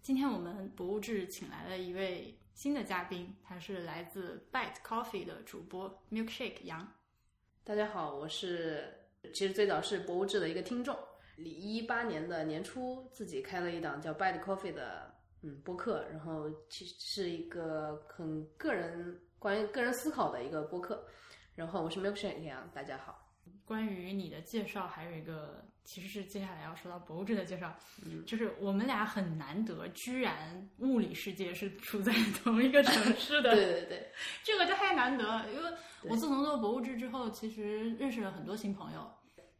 今天我们博物志请来了一位新的嘉宾，他是来自 Bite Coffee 的主播 Milkshake 杨。大家好，我是其实最早是博物志的一个听众，一八年的年初自己开了一档叫 Bad Coffee 的嗯播客，然后其实是一个很个人关于个人思考的一个播客。然后我是 Milkshake 杨，大家好。关于你的介绍，还有一个其实是接下来要说到博物志的介绍，就是我们俩很难得，居然物理世界是处在同一个城市 的，对对对，这个太难得了。因为我自从做博物志之后，其实认识了很多新朋友，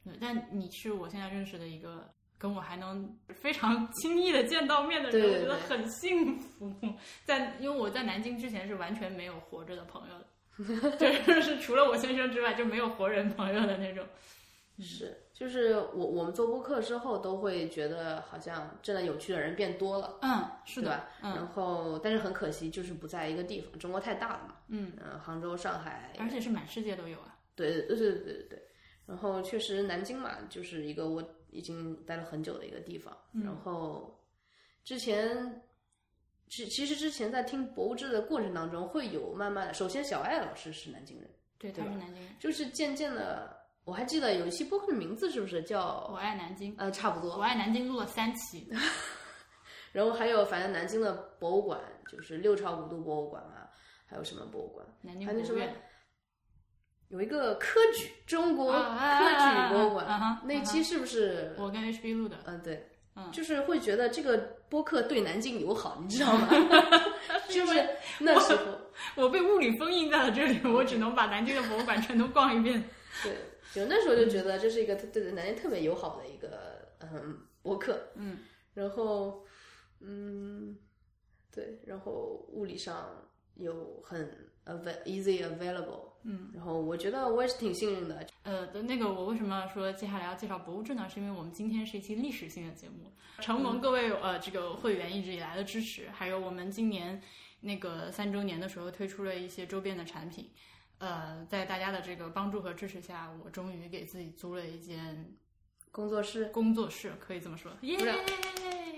对，但你是我现在认识的一个跟我还能非常 轻易的见到面的人，对对我觉得对很幸福。在因为我在南京之前是完全没有活着的朋友的。 就是除了我先生之外，就没有活人朋友的那种。是，就是我我们做播客之后，都会觉得好像真的有趣的人变多了，嗯，是对的，吧？然后但是很可惜，就是不在一个地方，中国太大了嘛，嗯、杭州、上海，而且是满世界都有啊。对对对对对对对。然后确实南京嘛，就是一个我已经待了很久的一个地方。嗯然后之前，其其实之前在听博物志的过程当中，会有慢慢的，首先小爱老师是南京人，对，他对吧是南京人，就是渐渐的，我还记得有一期播客的名字是不是我叫爱南京，呃差不多。我爱南京录了三期。然后还有反正南京的博物馆，就是六朝古都博物馆啊，还有什么博物馆？南京还哎有那博什物么院，有一个科举中国啊啊科举博物啊啊啊馆啊，那期是不是我跟 HB 录的，嗯，对，嗯就是会觉得这个播客对南京友好，你知 道吗？就是那时候，我被物理封印在了这里，我只能把南京的博物馆全都逛一遍。对，就那时候就觉得这是一个对对南京特别友好的一个嗯播客，嗯，然后嗯，对，然后物理上有很 avail easy available，嗯，然后我觉得我也是挺幸运的， 呃，的那个我为什么说接下来要介绍博物志呢？是因为我们今天是一期历史性的节目，承蒙各位呃这个会员一直以来的支持，还有我们今年那个三周年的时候推出了一些周边的产品，呃，在大家的这个帮助和支持下，我终于给自己租了一间工作室工作室，可以这么说，耶是！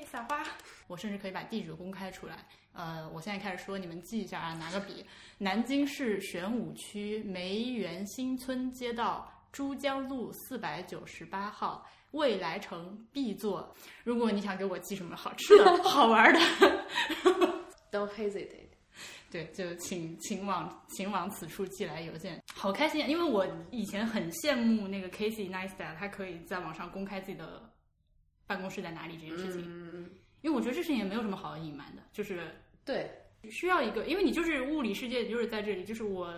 撒花，我甚至可以把地址公开出来。呃，我现在开始说，你们记一下啊，拿个笔。南京市玄武区梅园新村街道珠江路四百九十八号未来城 B 座。如果你想给我寄什么好吃的、好玩 的， ，don't hesitate，对，就请请往请往此处寄来邮件，好开心啊！因为我以前很羡慕那个 Casey Neistat，他可以在网上公开自己的办公室在哪里这件事情，嗯，因为我觉得这事情也没有什么好隐瞒的，就是对需要一个，因为你就是物理世界，你就是在这里，就是我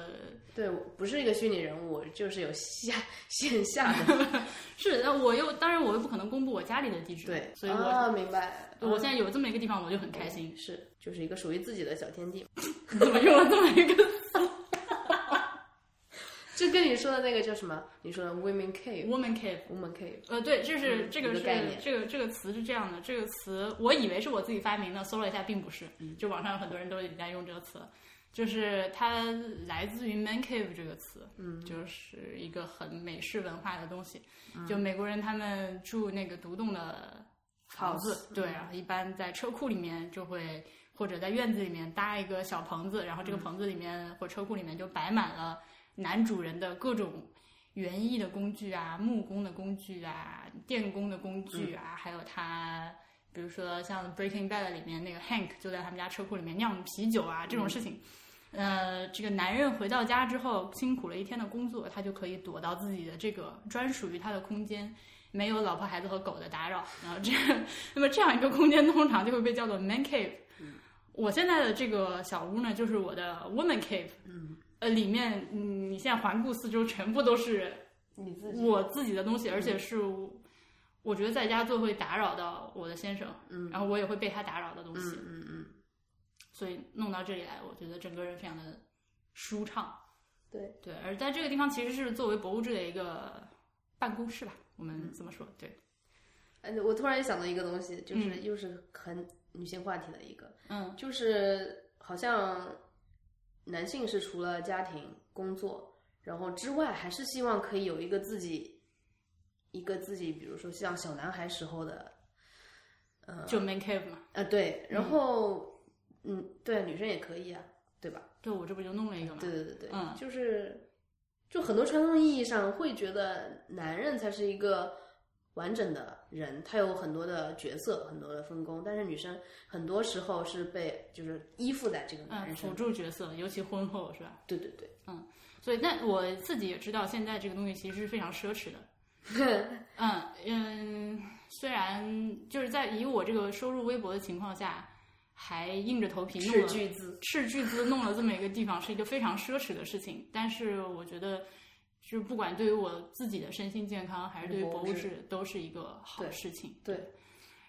对，我不是一个虚拟人物，我就是有下线 下的，是，那我又当然我又不可能公布我家里的地址，对，所以我、啊明白，我现在有这么一个地方，我就很开心。是，就是一个属于自己的小天地。你怎么用了这么一个就跟你说的那个叫什么？你说的 women cave，woman cave？我们 cave，呃，对，这是、嗯这个一个是概念这个这个词是这样的，这个词我以为是我自己发明的，搜了一下并不是，嗯就网上有很多人都已经在用这个词了，就是它来自于 man cave 这个词，嗯，就是一个很美式文化的东西，就美国人他们住那个独栋的房子，对啊，一般在车库里面就会。或者在院子里面搭一个小棚子，然后这个棚子里面、或车库里面就摆满了男主人的各种园艺的工具啊，木工的工具啊，电工的工具啊，还有他，比如说像《Breaking Bad》里面那个 Hank 就在他们家车库里面酿啤酒啊这种事情。呃，这个男人回到家之后，辛苦了一天的工作，他就可以躲到自己的这个专属于他的空间，没有老婆、孩子和狗的打扰。然后这，那么这样一 个空间通常就会被叫做 man cave。我现在的这个小屋呢，就是我的 woman cave。嗯，呃，里面嗯，你现在环顾四周，全部都是你自己我自己的东西，而且是我我觉得在家做会打扰到我的先生，嗯，然后我也会被他打扰的东西，嗯嗯，所以弄到这里来，我觉得整个人非常的舒畅。对对，而在这个地方其实是作为博物志的一个办公室吧，我嗯们这么说，对，哎，我突然想到一个东西，就是又是很女性话题的一个，嗯，就是好像男性是除了家庭、工作，然后之外，还是希望可以有一个自己，一个自己，比如说像小男孩时候的就 man cave 嘛。啊，对，然后嗯对，女生也可以啊，对吧？对我这不就弄了一个嘛？对对对对，嗯就是就很多传统意义上会觉得男人才是一个完整的人，他有很多的角色，很多的分工，但是女生很多时候是被就是依附在这个男嗯，人身辅上。助角色，尤其婚后是吧？对对对，所以，那我自己也知道，现在这个东西其实是非常奢侈的。 嗯嗯，虽然就是在以我这个收入微薄的情况下，还硬着头皮弄斥了巨资，斥巨资弄了这么一个地方，是一个非常奢侈的事情。但是我觉得，就是不管对于我自己的身心健康，还是对于博物志，都是一个好事情。对，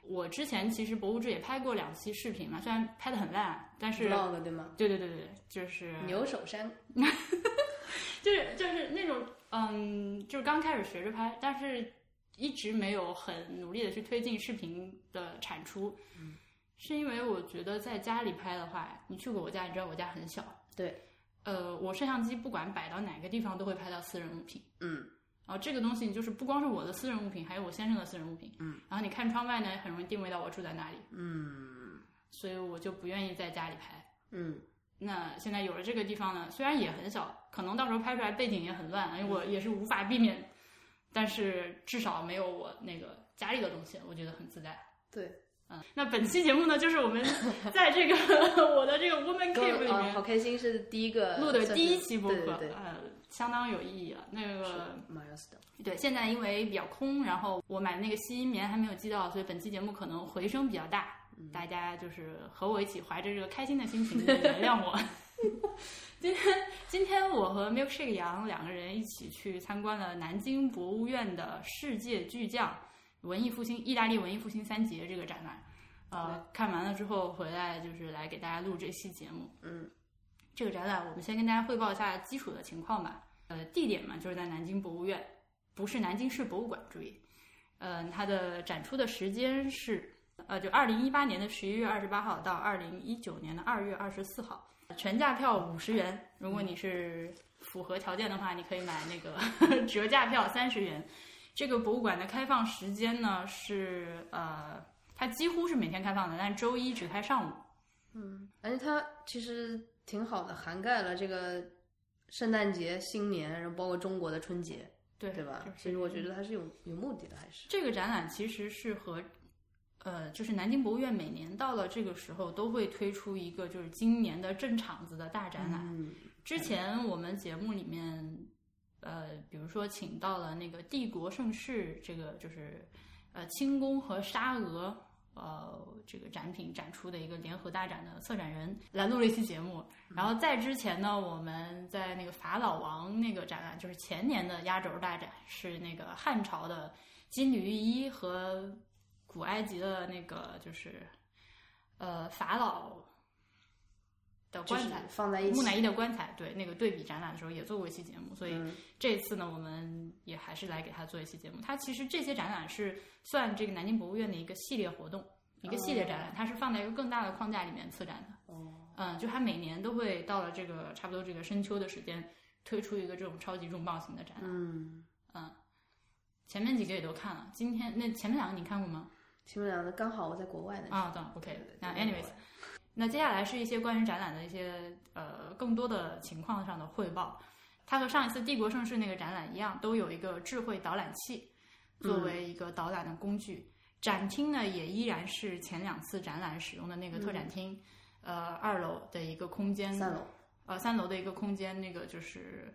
我之前其实博物志也拍过两期视频嘛，虽然拍的很烂，但是 vlog 对吗？对对对对对，就是牛首山， 就是就是那种嗯，就是刚开始学着拍，但是一直没有很努力的去推进视频的产出，嗯是因为我觉得在家里拍的话，你去过我家，你知道我家很小，对，呃，我摄像机不管摆到哪个地方都会拍到私人物品。嗯，然后这个东西就是不光是我的私人物品，还有我先生的私人物品。嗯，然后你看窗外呢，很容易定位到我住在哪里。嗯，所以我就不愿意在家里拍。嗯，那现在有了这个地方呢，虽然也很小，可能到时候拍出来背景也很乱，啊因为我也是无法避免，但是至少没有我那个家里的东西，我觉得很自在。对，嗯，那本期节目呢，就是我 们在这个我的这个 Woman 跟 Cave 里我啊面好开心是第一个录的呃算第一是期播对客，嗯对对，呃，相当有意义了。啊那个是 milestone，对，现在因为比较空，然后我买的那个吸音棉还没有寄到，所以本期节目可能回声比较大，大家就是和我一起怀着这个开心的心情原谅我。 今天，今天我和 Milkshake 杨两个人一起去参观了南京博物院的世界巨匠文艺复兴意大利文艺复兴三杰这个展览。呃，看完了之后回来就是来给大家录这期节目。嗯，这个展览我们先跟大家汇报一下基础的情况吧。呃，地点嘛就是在南京博物院，不是南京市博物馆，注意。嗯、它的展出的时间是呃，就二零一八年的十一月二十八号到二零一九年的二月二十四号，全价票五十元。如果你是符合条件的话，你可以买那个 折价票三十元。这个博物馆的开放时间呢是呃，它几乎是每天开放的，但是周一只开上午。而且它其实挺好的，涵盖了这个圣诞节、新年，然后包括中国的春节，对对吧就？其实我觉得它是有有目的的，还是这个展览其实是和，呃，就是南京博物院每年到了这个时候都会推出一个就是今年的镇场子的大展览。嗯之前我们节目里面，呃，比如说请到了那个帝国盛世这个就是，呃，清宫和沙俄。呃，这个展品展出的一个联合大展的策展人来录了一期节目，然后在之前呢，我们在那个法老王那个展览，就是前年的压轴大展，是那个汉朝的金缕玉衣和古埃及的那个就是呃法老的就棺是材，放在一起木，乃伊的棺材，对那个对比展览的时候也做过一期节目，所以嗯这次呢，我们也还是来给他做一期节目。它其实这些展览是算这个南京博物院的一个系列活动，一个系列展览，它是放在一个更大的框架里面策展的。哦，嗯，就它每年都会到了这个差不多这个深秋的时间，推出一个这种超级重磅型的展览。嗯，前面几个也都看了，今天那前面两个你看过吗？前面两个刚好我在国外呢，啊，懂对，OK 对对。那在国 anyways，外那接下来是一些关于展览的一些呃更多的情况上的汇报。它和上一次帝国盛世那个展览一样，都有一个智慧导览器嗯作为一个导览的工具。展厅呢也依然是前两次展览使用的那个特展厅，呃，二楼的一个空间，嗯三楼，呃三楼的一个空间，那个就是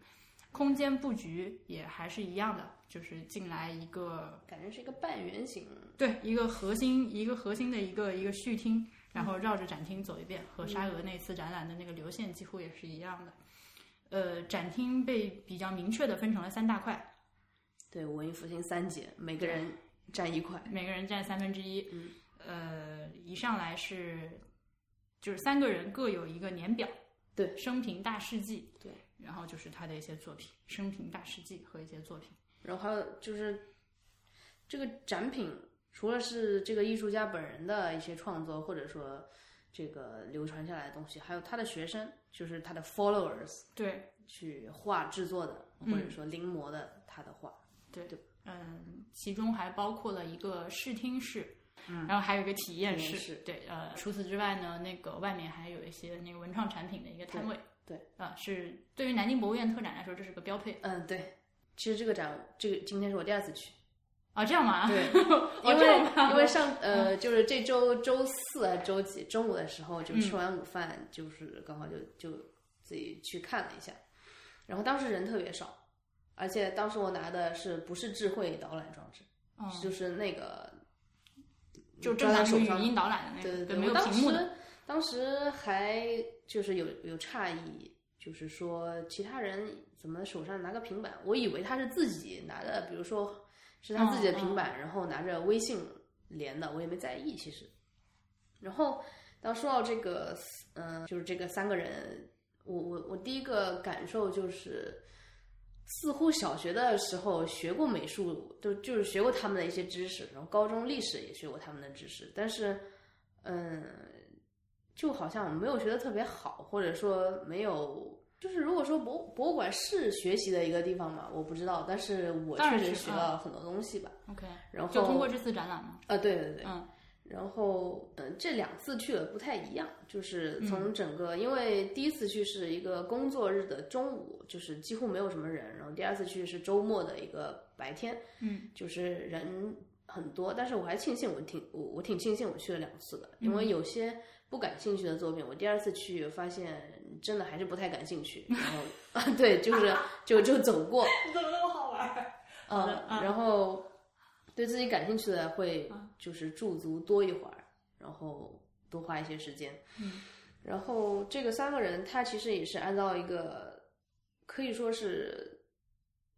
空间布局也还是一样的，就是进来一个感觉是一个半圆形，对，一个核心，一个核心的一个一个序厅，然后绕着展厅走一遍，和沙俄那次展览的那个流线几乎也是一样的。呃，展厅被比较明确的分成了三大块，对，文艺复兴三杰，每个人占一块，每个人占三分之一。嗯呃，一上来是就是三个人各有一个年表，对，生平大事记，对，然后就是他的一些作品，生平大事记和一些作品。然后还有就是这个展品，除了是这个艺术家本人的一些创作，或者说这个流传下来的东西，还有他的学生，就是他的 followers 对，嗯去画制作的，或者说临摹的他的画。嗯，其中还包括了一个视听室。然后还有一个体验体验室，室对，呃，除此之外呢，那个外面还有一些那个文创产品的一个摊位，对啊、是对于南京博物院特展来说，这是个标配嗯，对。其实这个展，这个今天是我第二次去，啊，这样吗？对 哦，因这为、样吗因 为上呃，就是这周周四还是周几中午的时候，就嗯吃完午饭，就是刚好就就自己去看了一下，然后当时人特别少，而且当时我拿的是不是智慧导览装置，嗯，就是那个就抓正在常嗯手是上语音导览的那对个，对，没有我当屏幕的，时当时还就是有有诧异，就是说其他人怎么手上拿个平板？我以为他是自己拿的，比如说是他自己的平嗯板，然后拿着微信连的，我也没在意其实。然后当说到这个，嗯、就是这个三个人，我我我第一个感受就是。似乎小学的时候学过美术，就就是学过他们的一些知识，然后高中历史也学过他们的知识，但是，嗯，就好像没有学的特别好，或者说没有，就是如果说博博物馆是学习的一个地方嘛，我不知道，但是我当确然是实嗯学了很多东西吧。 OK，然后就通过这次展览吗？啊，对对对，嗯然后嗯，这两次去了不太一样，就是嗯从整个，因为第一次去是一个工作日的中午，就是几乎没有什么人，然后第二次去是周末的一个白天，嗯，就是人很多，但是我还庆幸我挺我我挺庆幸我去了两次的，因嗯为有些不感兴趣的作品，我第二次去发现真的还是不太感兴趣，然后 啊对，就是就就走过，你怎么那么好玩？好的呃，啊然后对自己感兴趣的会就是驻足多一会儿，然后多花一些时间。嗯，然后这个三个人他其实也是按照一个可以说是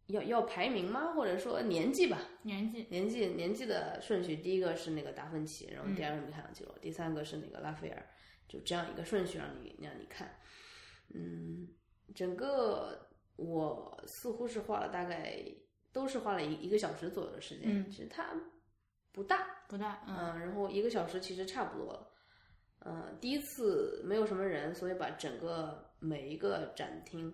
要要排名吗？或者说年纪吧，年纪，年纪年纪的顺序，第一个是那个达芬奇，然后第二个是米开朗基罗，第三个是那个拉斐尔，就这样一个顺序让你让你看。嗯，整个我似乎是花了大概都是花了一一个小时左右的时间，嗯其实它不大，不大，嗯嗯，然后一个小时其实差不多了。嗯，第一次没有什么人，所以把整个每一个展厅，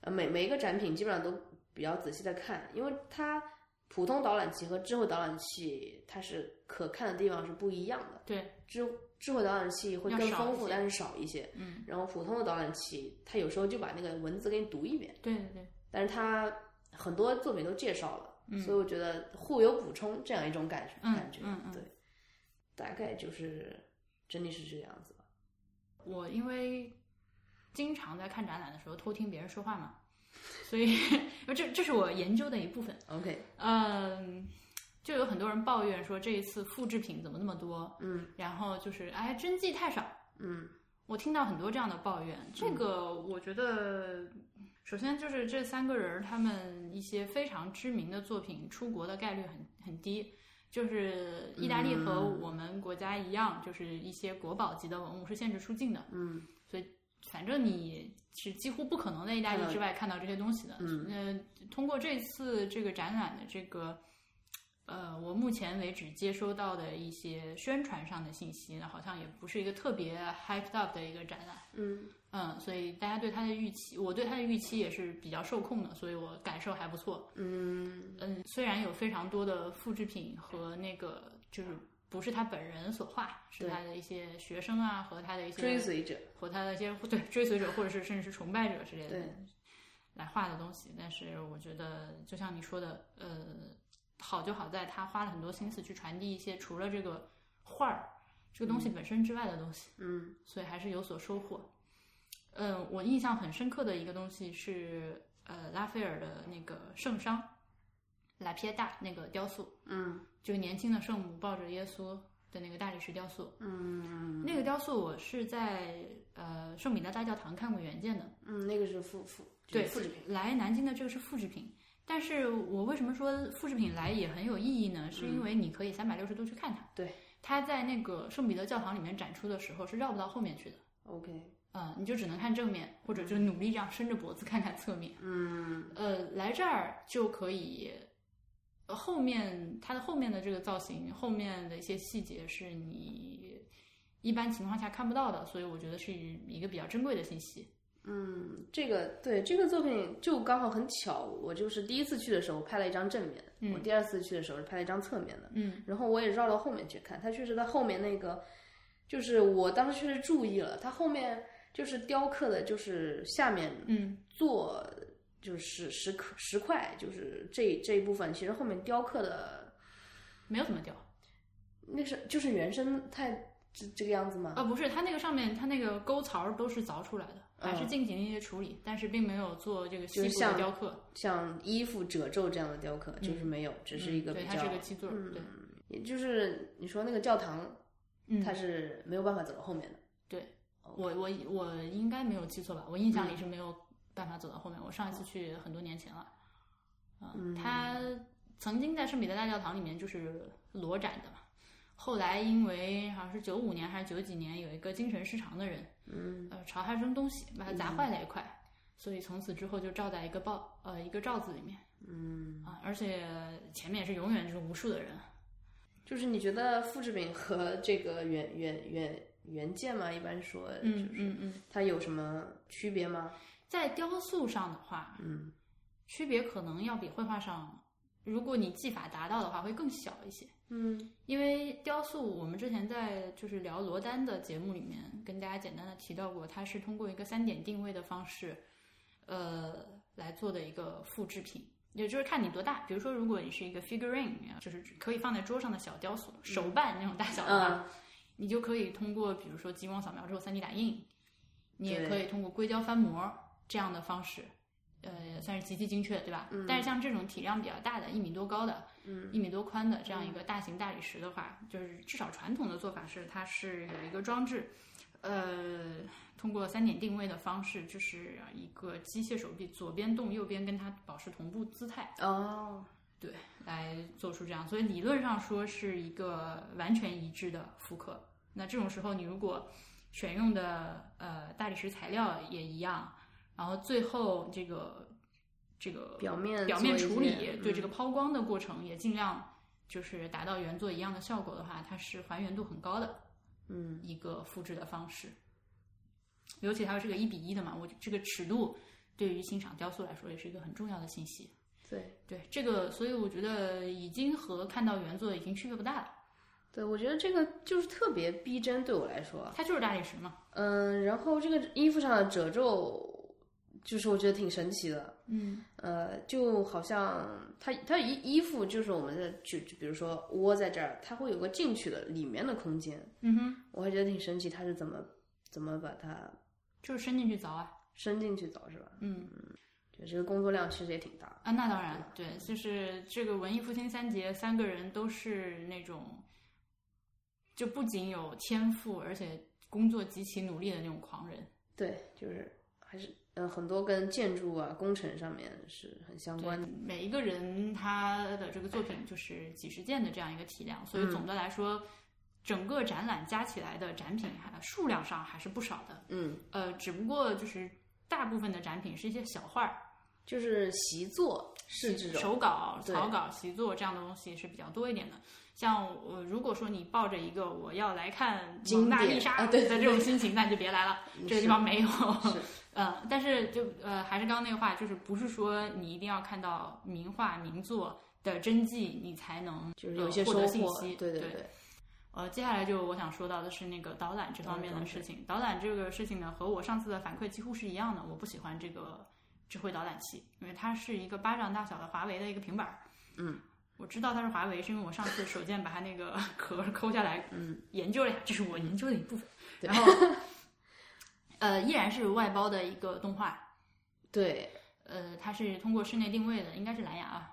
呃，每每一个展品基本上都比较仔细的看，因为它普通导览器和智慧导览器它是可看的地方是不一样的。对，智智慧导览器会要更少丰一富，些但是少一些。嗯，然后普通的导览器，它有时候就把那个文字给你读一遍。对对对，但是他很多作品都介绍了，嗯所以我觉得互有补充这样一种感觉、嗯感觉，嗯嗯对，大概就是真的是这个样子吧。我因为经常在看展览的时候偷听别人说话嘛，所以 因为这这是我研究的一部分。 OK，嗯，就有很多人抱怨说这一次复制品怎么那么多，嗯然后就是哎真迹太少。嗯我听到很多这样的抱怨，这个我觉得，首先就是这三个人儿他们一些非常知名的作品出国的概率很很低，就是意大利和嗯我们国家一样，就是一些国宝级的文物是限制出境的，嗯反正你是几乎不可能在意大利之外看到这些东西的。嗯呃，通过这次这个展览的这个，呃，我目前为止接收到的一些宣传上的信息呢，好像也不是一个特别 hyped up 的一个展览。嗯嗯，所以大家对它的预期，我对它的预期也是比较受控的，所以我感受还不错。嗯嗯，虽然有非常多的复制品和那个就是不是他本人所画，是对他的一些学生啊和他的一些追随者，和他的一些对追随者或者是甚至是崇拜者之类的对来画的东西。但是我觉得，就像你说的，呃，好就好在他花了很多心思去传递一些除了这个画儿这个东西本身之外的东西，嗯所以还是有所收获。嗯，我印象很深刻的一个东西是，呃，拉斐尔的那个圣殇，拉皮耶大那个雕塑，嗯就是年轻的圣母抱着耶稣的那个大理石雕塑。嗯那个雕塑我是在呃圣彼得大教堂看过原件的，嗯，那个是复复对，复制品，来南京的这个是复制品。但是我为什么说复制品来也很有意义呢？是因为你可以三百六十度去看它。嗯对，它在那个圣彼得教堂里面展出的时候是绕不到后面去的， OK，呃，你就只能看正面，或者就努力这样伸着脖子看看侧面。嗯呃，来这儿就可以，呃后面它的后面的这个造型，后面的一些细节是你一般情况下看不到的，所以我觉得是一个比较珍贵的信息。嗯，这个对这个作品就刚好很巧，我就是第一次去的时候拍了一张正面，嗯我第二次去的时候是拍了一张侧面的，嗯，然后我也绕到后面去看，它确实在后面那个，就是我当时确实注意了，它后面就是雕刻的，就是下面嗯做就是石刻石块，就是这这一部分，其实后面雕刻的没有怎么掉那是就是原生态这这个样子吗？啊，不是，它那个上面它那个沟槽都是凿出来的，还是进行一些处理，但是并没有做这个嗯细就是部像的雕刻，像衣服褶皱这样的雕刻，就是没有，只是一嗯个对，比它较是，个基座，对，也就是你说那个教堂，嗯，它是没有办法走到后面的。我我我应该没有记错吧？我印象里是没有办法走到后面。我上一次去很多年前了，嗯，他曾经在圣彼得大教堂里面就是裸展的嘛。后来因为好像是九五年还是九几年，有一个精神失常的人，嗯，呃，朝他扔东西，把他砸坏了一块，所以从此之后就罩在一个包呃一个罩子里面，嗯啊，而且前面也是永远就是无数的人，就是你觉得复制品和这个原原原原件嘛，一般说，就是嗯。嗯嗯它有什么区别吗？在雕塑上的话，嗯，区别可能要比绘画上，如果你技法达到的话，会更小一些。嗯因为雕塑，我们之前在就是聊罗丹的节目里面跟大家简单的提到过，它是通过一个三点定位的方式，呃，来做的一个复制品。也就是看你多大，比如说，如果你是一个 figurine，就是可以放在桌上的小雕塑，手办那种大小的话，嗯你就可以通过比如说激光扫描之后 3D 打印，你也对可以通过硅胶翻模这样的方式，呃，算是极其精确，对吧？但是像这种体量比较大的，一米多高的，嗯，一米多宽的这样一个大型大理石的话，就是至少传统的做法是它是有一个装置，呃，通过三点定位的方式，就是一个机械手臂左边动，右边跟它保持同步姿态。哦，对，来做出这样，所以理论上说是一个完全一致的复刻。那这种时候，你如果选用的呃大理石材料也一样，然后最后这个这个表面呃表面做一处些嗯理，对这个抛光的过程也尽量就是达到原作一样的效果的话，它是还原度很高的，嗯，一个复制的方式。尤其还有这个一比一的嘛，我这个尺度对于欣赏雕塑来说也是一个很重要的信息。对对这个，所以我觉得已经和看到原作已经区别不大了，对，我觉得这个就是特别逼真，对我来说，它就是大理石嘛。嗯，然后这个衣服上的褶皱，就是我觉得挺神奇的，嗯呃，就好像它它衣衣服就是我们的就就比如说窝在这儿，它会有个进去的里面的空间，嗯哼，我还觉得挺神奇，它是怎么怎么把它就是伸进去凿啊。伸进去凿是吧？嗯就这个工作量其实也挺大的，啊，那当然，对，就是这个文艺复兴三杰三个人都是那种，就不仅有天赋，而且工作极其努力的那种狂人。对，就是还是呃很多跟建筑啊工程上面是很相关的，嗯每一个人他的这个作品就是几十件的这样一个体量，所以总的来说，整个展览加起来的展品还数量上还是不少的。嗯，呃，只不过就是大部分的展品是一些小画儿，就是习作是这种，手稿、对草稿、习作这样的东西是比较多一点的。像呃，如果说你抱着一个我要来看经蒙娜典丽莎啊的对这种心情，那你就别 来了，这个地方没有。 是呃，但是就呃，还是刚刚那个话，就是不是说你一定要看到名画名作的真迹，你才能就是有一些呃收获获得信，息。对对对，呃，接下来就我想说到的是那个导览这方面嗯的事情。导览这个事情呢，和我上次的反馈几乎是一样的。我不喜欢这个智慧导览器，因为它是一个巴掌大小的华为的一个平板儿。嗯，我知道它是华为，是因为我上次手贱把它那个 壳儿抠下来，嗯，研究了一下，这是我研究的一部分。对然后，呃，依然是外包的一个动画，对，呃，它是通过室内定位的，应该是蓝牙啊，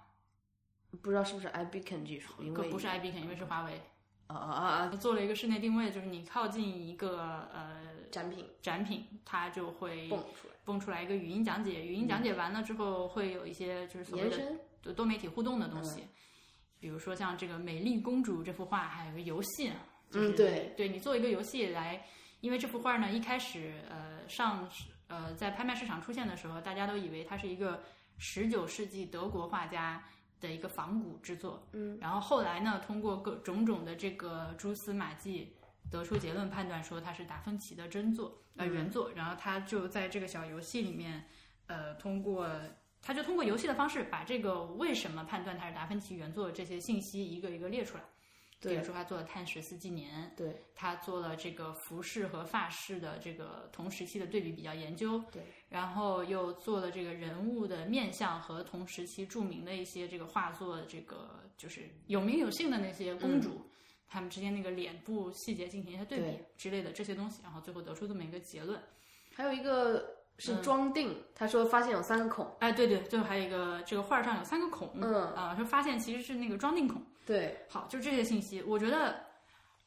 不知道是不是 iBeacon 技术，因可为不是 iBeacon，因为是华为。啊啊啊啊做了一个室内定位，就是你靠近一个呃展品展品，它就会蹦出来，蹦出来一个语音讲解。语音讲解完了之后，会有一些就是所谓延的伸，多多媒体互动的东西，嗯比如说像这个《美丽公主》这幅画，还有个游戏呢，就是、嗯对，对你做一个游戏来，因为这幅画呢一开始呃上市呃在拍卖市场出现的时候，大家都以为它是一个十九世纪德国画家的一个仿古之作，嗯，然后后来呢，通过各种种的这个蛛丝马迹。得出结论判断说它是达芬奇的真作，呃嗯原作，然后他就在这个小游戏里面，呃，通过他就通过游戏的方式把这个为什么判断它是达芬奇原作的这些信息一个一个列出来。比如对说，他做了碳十四纪年，对，他做了这个服饰和发饰的这个同时期的对比比较研究，对，然后又做了这个人物的面相和同时期著名的一些这个画作，这个就是有名有姓的那些公主，她们之间那个脸部细节进行一下对比嗯对之类的这些东西，然后最后得出这么一个结论。还有一个嗯是装订，他说发现有三个孔，哎，对对，最后还有一个这个画上有三个孔，嗯啊、说发现其实是那个装订孔。对，好，就这些信息，我觉得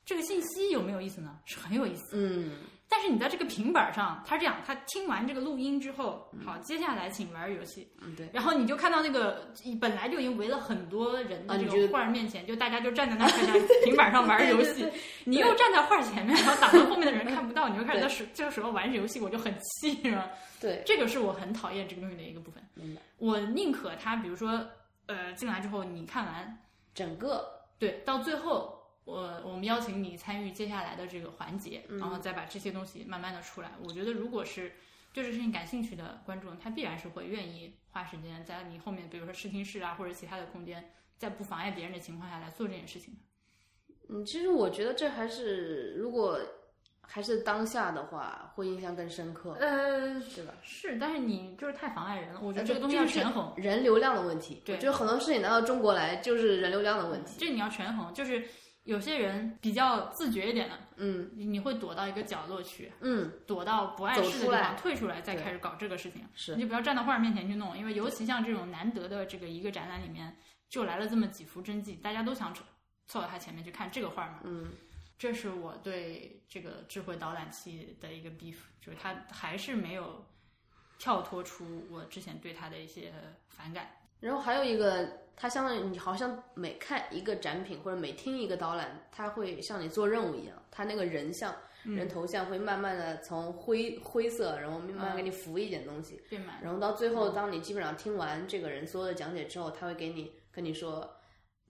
这个信息有没有意思呢？是很有意思。嗯，但是你在这个平板上，他这样，他听完这个录音之后，好，接下来请玩儿游戏，嗯对，然后你就看到那个本来就已经围了很多人的啊这你觉个得画儿面前，就大家就站在那儿看 他平板上玩儿游戏，你又站在画儿前面，然后挡着后面的人看不到，你就开始在时这个时候玩游戏，我就很气人。对，这个是我很讨厌这个东西的一个部分。明白。我宁可他，比如说，呃，进来之后你看完，整个对，到最后。我我们邀请你参与接下来的这个环节，嗯然后再把这些东西慢慢的出来。我觉得，如果是对这个事情感兴趣的观众，他必然是会愿意花时间在你后面，比如说视听室啊，或者其他的空间，在不妨碍别人的情况下来做这件事情的。嗯，其实我觉得这还是如果还是当下的话，会印象更深刻，呃，对吧？是，但是你就是太妨碍人了。我觉得呃这个东西要就是权衡，人流量的问题，对我觉得很多事情拿到中国来就是人流量的问题，这你要权衡，就是有些人比较自觉一点的，嗯你你会躲到一个角落去，嗯，躲到不碍事的地走出来方，退出来再对开始搞这个事情。是你就不要站到画儿面前去弄，因为尤其像这种难得的这个一个展览里面，就来了这么几幅真迹，大家都想凑凑到它前面去看这个画儿嘛。嗯，这是我对这个智慧导览器的一个 beef，就是它还是没有跳脱出我之前对它的一些反感。然后还有一个，它相当于你好像每看一个展品或者每听一个导览，它会像你做任务一样，它那个人像、人头像会慢慢的从灰灰色，然后慢慢给你浮一点东西，对吗？然后到最后，当你基本上听完这个人所有的讲解之后，他会给你跟你说，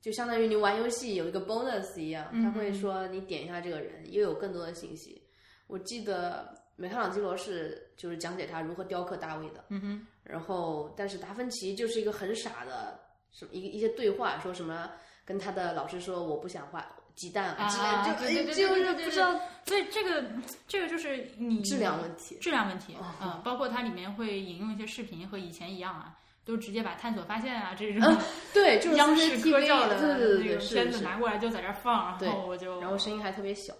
就相当于你玩游戏有一个 bonus 一样，他嗯会说你点一下这个人，又有更多的信息。我记得美特朗基罗是就是讲解他如何雕刻大卫的，嗯哼，然后，但是达芬奇就是一个很傻的，什么一一些对话，说什么跟他的老师说我不想画鸡蛋啊之类的，就对对对对对哎就是对不知道所以这个这个就是你质量问 题。哦质量问题，嗯，包括它里面会引用一些视频，和以前一样啊，都直接把探索发现啊这种对，就是央视 CCTV 科教的对对对那对种片是子是，拿过来就在这儿放，对然后我就然后声音还特别小。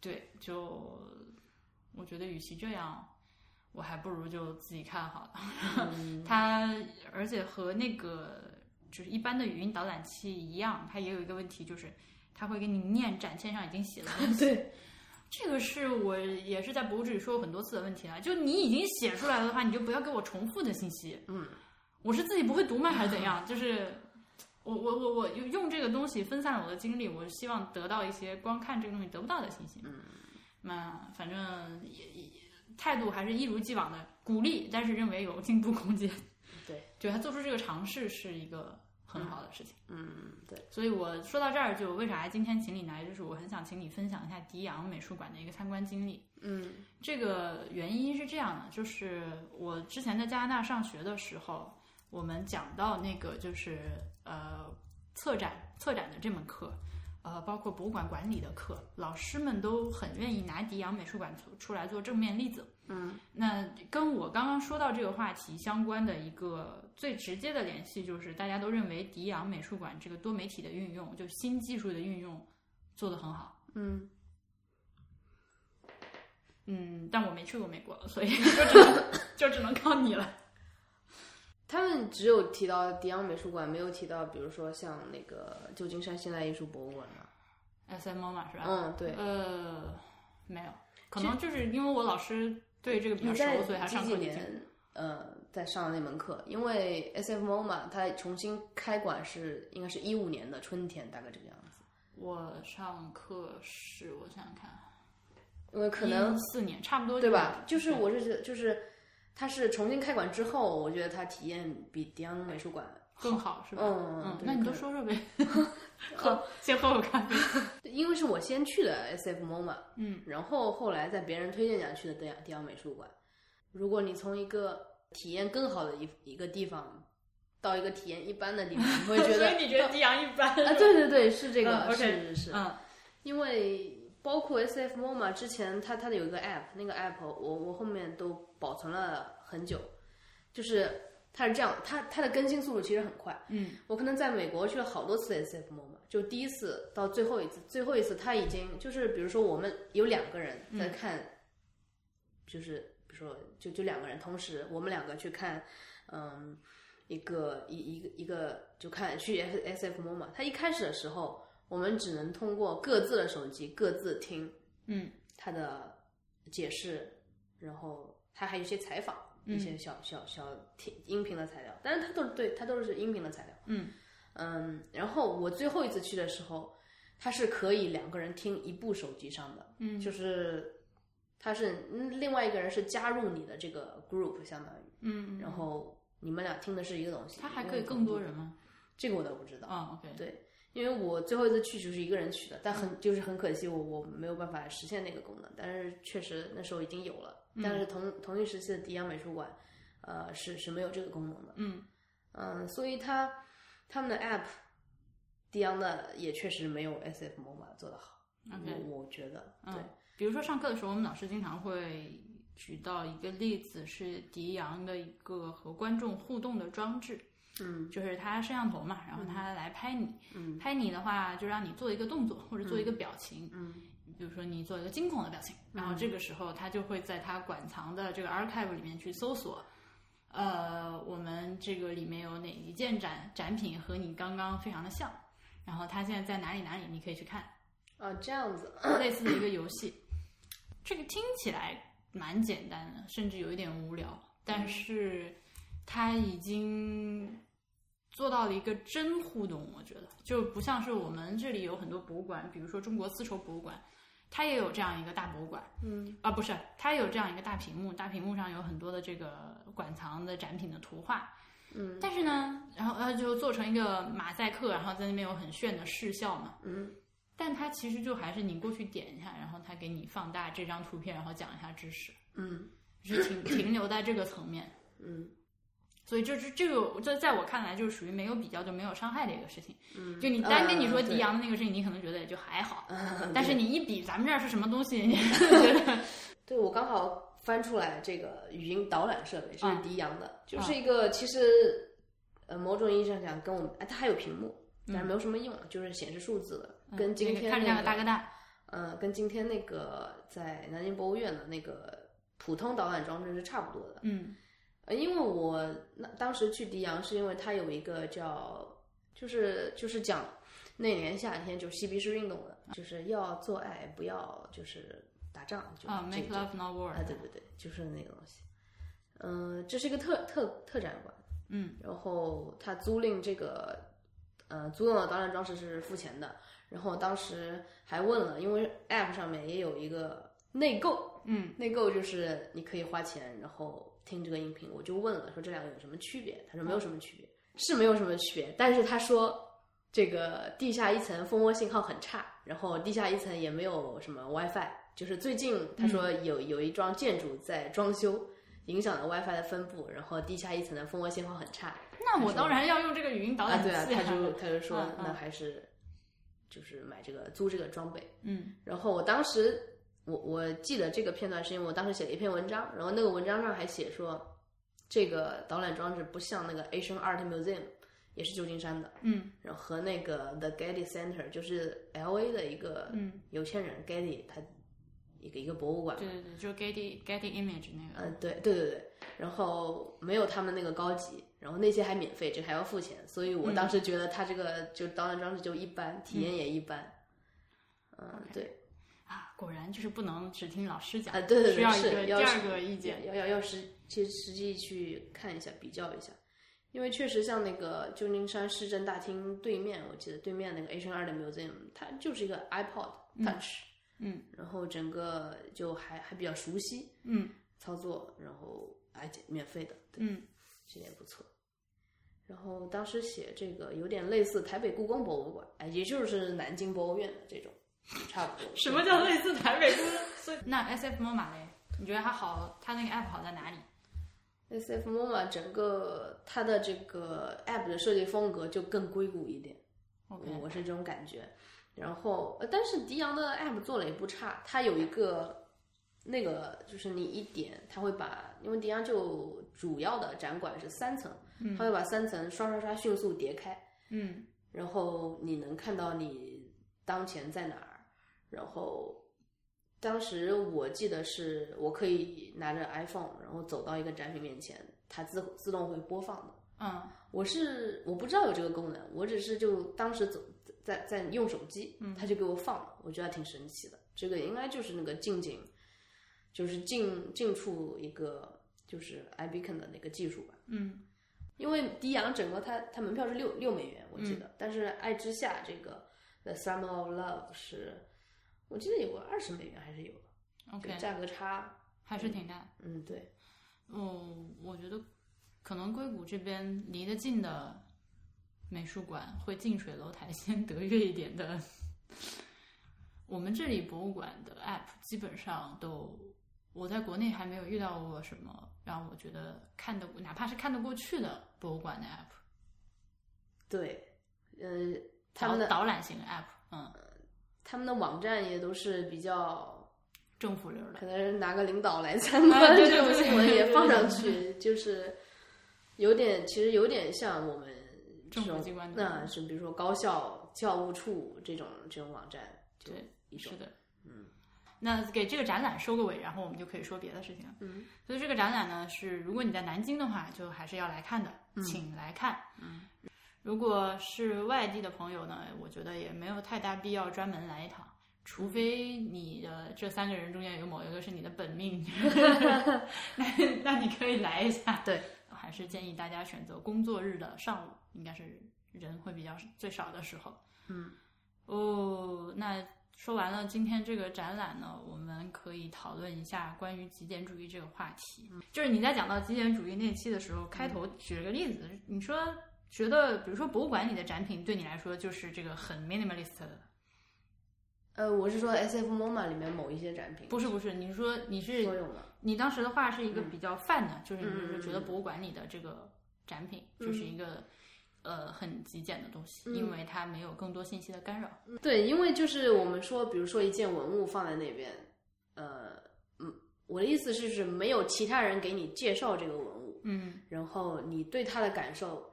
对，就我觉得与其这样，我还不如就自己看好了。嗯 它而且和那个就是一般的语音导览器一样，它也有一个问题，就是它会给你念展签上已经写的 东西。对，这个是我也是在博物志里说过很多次的问题了，啊就你已经写出来了的话，你就不要给我重复的信息。嗯，我是自己不会读吗，还是怎样？就是我我我我用这个东西分散了我的精力，我希望得到一些光看这个东西得不到的信息。嗯，那反正也也态度还是一如既往的鼓励，但是认为有进步空间。 对，就他做出这个尝试是一个很好的事情。嗯，对，所以我说到这儿，就为啥今天请你来，就是我很想请你分享一下迪阳美术馆的一个参观经历。嗯这个原因是这样的，就是我之前在加拿大上学的时候，我们讲到那个就是呃策展策展的这门课，呃，包括博物馆管理的课，老师们都很愿意拿迪阳美术馆出出来做正面例子。嗯，那跟我刚刚说到这个话题相关的一个最直接的联系，就是大家都认为迪阳美术馆这个多媒体的运用，就新技术的运用做得很好。嗯，嗯，但我没去过美国，所以 就只能就只能靠你了。他们只有提到迪昂美术馆，没有提到比如说像那个旧金山现代艺术博物馆嘛。 SMO 嘛，是吧？嗯，对。呃，没有，可能就是因为我老师对这个比较你在熟，所以他上几课几就听。年呃在上那门课，因为 SFMO 嘛，它重新开馆是应该是一五年的春天，大概这个样子。我上课是我想想看，因为可能四年差不多对吧？就就是是我是觉得就是它是重新开馆之后，我觉得它体验比迪昂美术馆更好是吧？嗯嗯，对那你可 就说说呗。喝，先喝口咖啡。 因为是我先去的 SF MoMA，嗯，然后后来在别人推荐下去的迪昂迪昂美术馆。如果你从一个体验更好的一一个地方到一个体验一般的地方，你会觉 所得以你觉得迪阳一般？ 啊，对对对，是这个，嗯，OK 是是是，嗯因为包括 SF MoMA 之前它它的有一个 app，那个 app 我我后面都保存了很久，就是它是这样，它它的更新速度其实很快。嗯，我可能在美国去了好多次 SF MoMA，就第一次到最后一次，最后一次它已经就是比如说我们有两个人嗯在看，就是比如说就就两个人同时我们两个去看，嗯。一个一一个一个就看去 S S F MoMA，它一开始的时候我们只能通过各自的手机各自听，嗯，他的解释，然后他还有一些采访，一嗯些小小小听音频的材料，但是他都是对他都是音频的材料，嗯嗯，然后我最后一次去的时候，他是可以两个人听一部手机上的，嗯就是他是嗯另外一个人是加入你的这个 group 相当于，嗯，然后你们俩听的是一个东西，他还可以更多，人吗？这个我倒不知道。啊，OK，因为我最后一次去就是一个人去的，但很就是很可惜我，我没有办法实现那个功能，但是确实那时候已经有了，嗯但是同同一时期的迪阳美术馆，呃，是是没有这个功能的，嗯嗯，所以它他们的 app，迪阳的也确实没有 SF MoMA 做得好 OK 我我觉得，对，嗯，比如说上课的时候，我们老师经常会举到一个例子，是迪阳的一个和观众互动的装置。嗯就是他摄像头嘛，然后他来拍你，嗯拍你的话就让你做一个动作或者做一个表情，嗯比如说你做一个惊恐的表情，然后这个时候他就会在他馆藏的这个 archive 里面去搜索，呃，我们这个里面有哪一件展展品和你刚刚非常的像，然后他现在在哪里哪里，你可以去看，啊这样子， 类似的一个游戏。这个听起来蛮简单的，甚至有一点无聊，嗯但是它已经做到了一个真互动，我觉得就不像是我们这里有很多博物馆，比如说中国丝绸博物馆，它也有这样一个大博物馆，嗯啊，不是，它也有这样一个大屏幕，大屏幕上有很多的这个馆藏的展品的图画，嗯但是呢，然后呃就做成一个马赛克，然后在那边有很炫的视效嘛，嗯但它其实就还是你过去点一下，然后它给你放大这张图片，然后讲一下知识，嗯就是 停停留在这个层面。嗯所以这是这个，这在我看来就是属于没有比较就没有伤害的一个事情。嗯，就你单跟你说嗯迪阳的那个事情，你可能觉得也就还好，嗯 但是你一比咱们这儿是什么东西，你就觉得对，我刚好翻出来这个语音导览设备是嗯迪阳的，就是一个其实呃某种意义上讲跟我们、啊、它还有屏幕，但是没有什么用，就是显示数字的，跟嗯今那个天看着那像个大哥大，呃跟今天那个在南京博物院的那个普通导览装置是差不多的。嗯呃，因为我那当时去迪阳是因为它有一个叫就是就是讲那年夏天就嬉皮士运动的，就是要做爱不要就是打仗，就是啊这，Make 个 Love Not 啊， War，对对对，就是那个东西。嗯、这是一个特特特展馆，嗯然后他租赁这个，呃，租用的导览装饰是付钱的。然后当时还问了，因为 App 上面也有一个内购，嗯内购就是你可以花钱，然后听这个音频。我就问了，说这两个有什么区别？他说没有什么区别，是没有什么区别，但是他说。这个地下一层蜂窝信号很差，然后地下一层也没有什么 WiFi，就是最近他说有、有一幢建筑在装修，影响了 WiFi 的分布，然后地下一层的蜂窝信号很差，那我当然要用这个语音导览啊，器对啊，他就他就说、嗯嗯那还是就是买这个租这个装备。嗯然后我当时我我记得这个片段是因为我当时写了一篇文章，然后那个文章上还写说这个导览装置不像那个 Asian Art Museum，也是旧金山的，嗯然后和那个 The Getty Center 就是 L A 的一个嗯，有钱人 Getty 他一个一个博物馆对，对对，就 Getty Getty Image 那个，嗯，对对对对，然后没有他们那个高级，然后那些还免费，这个还要付钱，所以我嗯当时觉得他这个就导览装置就一般，体验也一般。嗯，对，啊，果然就是不能只听老师讲，啊对对对需要一是个第要二是个意见。要要要实，其实实际去看一下，比较一下，因为确实像那个旧金山市政大厅对面，我记得对面那个 Asian Art Museum，它就是一个 iPod Touch，嗯然后整个就还还比较熟悉嗯操作，然后而且免费的，对，嗯这点不错。然后当时写这个有点类似台北故宫博物馆，哎，也就是南京博物院的这种，差不多。 什么叫类似台北故宫？所以那 SF MoMA 嘞？你觉得它好？它那个 app 好在哪里？ SF MoMA 整个它的这个 app 的设计风格就更硅谷一点 OK 我是这种感觉。然后，呃但是迪昂的 app 做的也不差，它有一个那个就是你一点，它会把，因为迪昂就主要的展馆是三层，它会把三层刷刷刷迅速叠开，嗯，然后你能看到你当前在哪儿。然后当时我记得是我可以拿着 iPhone，然后走到一个展品面前，它自自动会播放的。嗯我是我不知道有这个功能，我只是就当时走在在用手机，嗯它就给我放了，我觉得挺神奇的。这个应该就是那个近景，就是近近处一个就是 iBeacon 的那个技术吧。嗯因为迪昂整个它它门票是六六美元，我嗯记得，但是爱之夏这个 The Summer of Love 是，我记得有个二十美元还是有的，OK，就价格差，还是挺大的。嗯，对，嗯，我觉得可能硅谷这边离得近的美术馆会近水楼台先得月一点的。 我们这里博物馆的 app 基本上都，我在国内还没有遇到过什么让我觉得看得，哪怕是看得过去的博物馆的 app，对，呃，他导们的导览型的 app，嗯，他们的网站也都是比较，政府流的，可能是哪个领导来 参观啊对对这种对新闻也放上去，就是有点，其实有点像我们这政府种机关，的那是比如说高校教务处这种这种网站，就对一种是的，嗯。那给这个展览收个尾，然后我们就可以说别的事情了。嗯，所以这个展览呢，是如果你在南京的话，就还是要来看的，请来看。嗯，如果是外地的朋友呢，我觉得也没有太大必要专门来一趟，除非你的这三个人中间有某一个是你的本 命，那那你可以来一下。对，还是建议大家选择工作日的上午，应该是人会比较最少的时候。哦，那说完了今天这个展览呢，我们可以讨论一下关于极简主义这个话题。嗯就是你在讲到极简主义那期的时候，开头举了个例子，你说觉得，比如说博物馆里的展品对你来说就是这个很 minimalist 的，呃，我是说 SF MoMA 里面某一些展品，不是不是，你说你是所有吗？你当时的话是一个比较泛的，就是你就是嗯觉得博物馆里的这个展品就是一个、呃很极简的东西，嗯因为它没有更多信息的干扰。对，因为就是我们说，比如说一件文物放在那边，呃，嗯，我的意思是，是没有其他人给你介绍这个文物，嗯然后你对它的感受，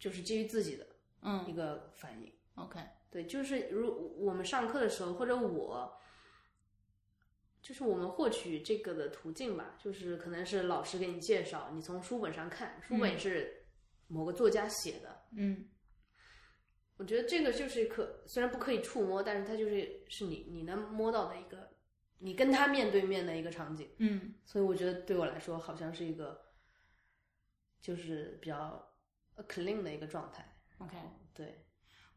就是基于自己的嗯一个反应。 ，OK，对，就是如我们上课的时候，或者我，就是我们获取这个的途径吧，就是可能是老师给你介绍，你从书本上看，书本是某个作家写的，嗯。我觉得这个就是可虽然不可以触摸，但是它就是是你你能摸到的一个，你跟他面对面的一个场景，嗯所以我觉得对我来说好像是一个，就是比较呃 clean 的一个状态。 OK 对，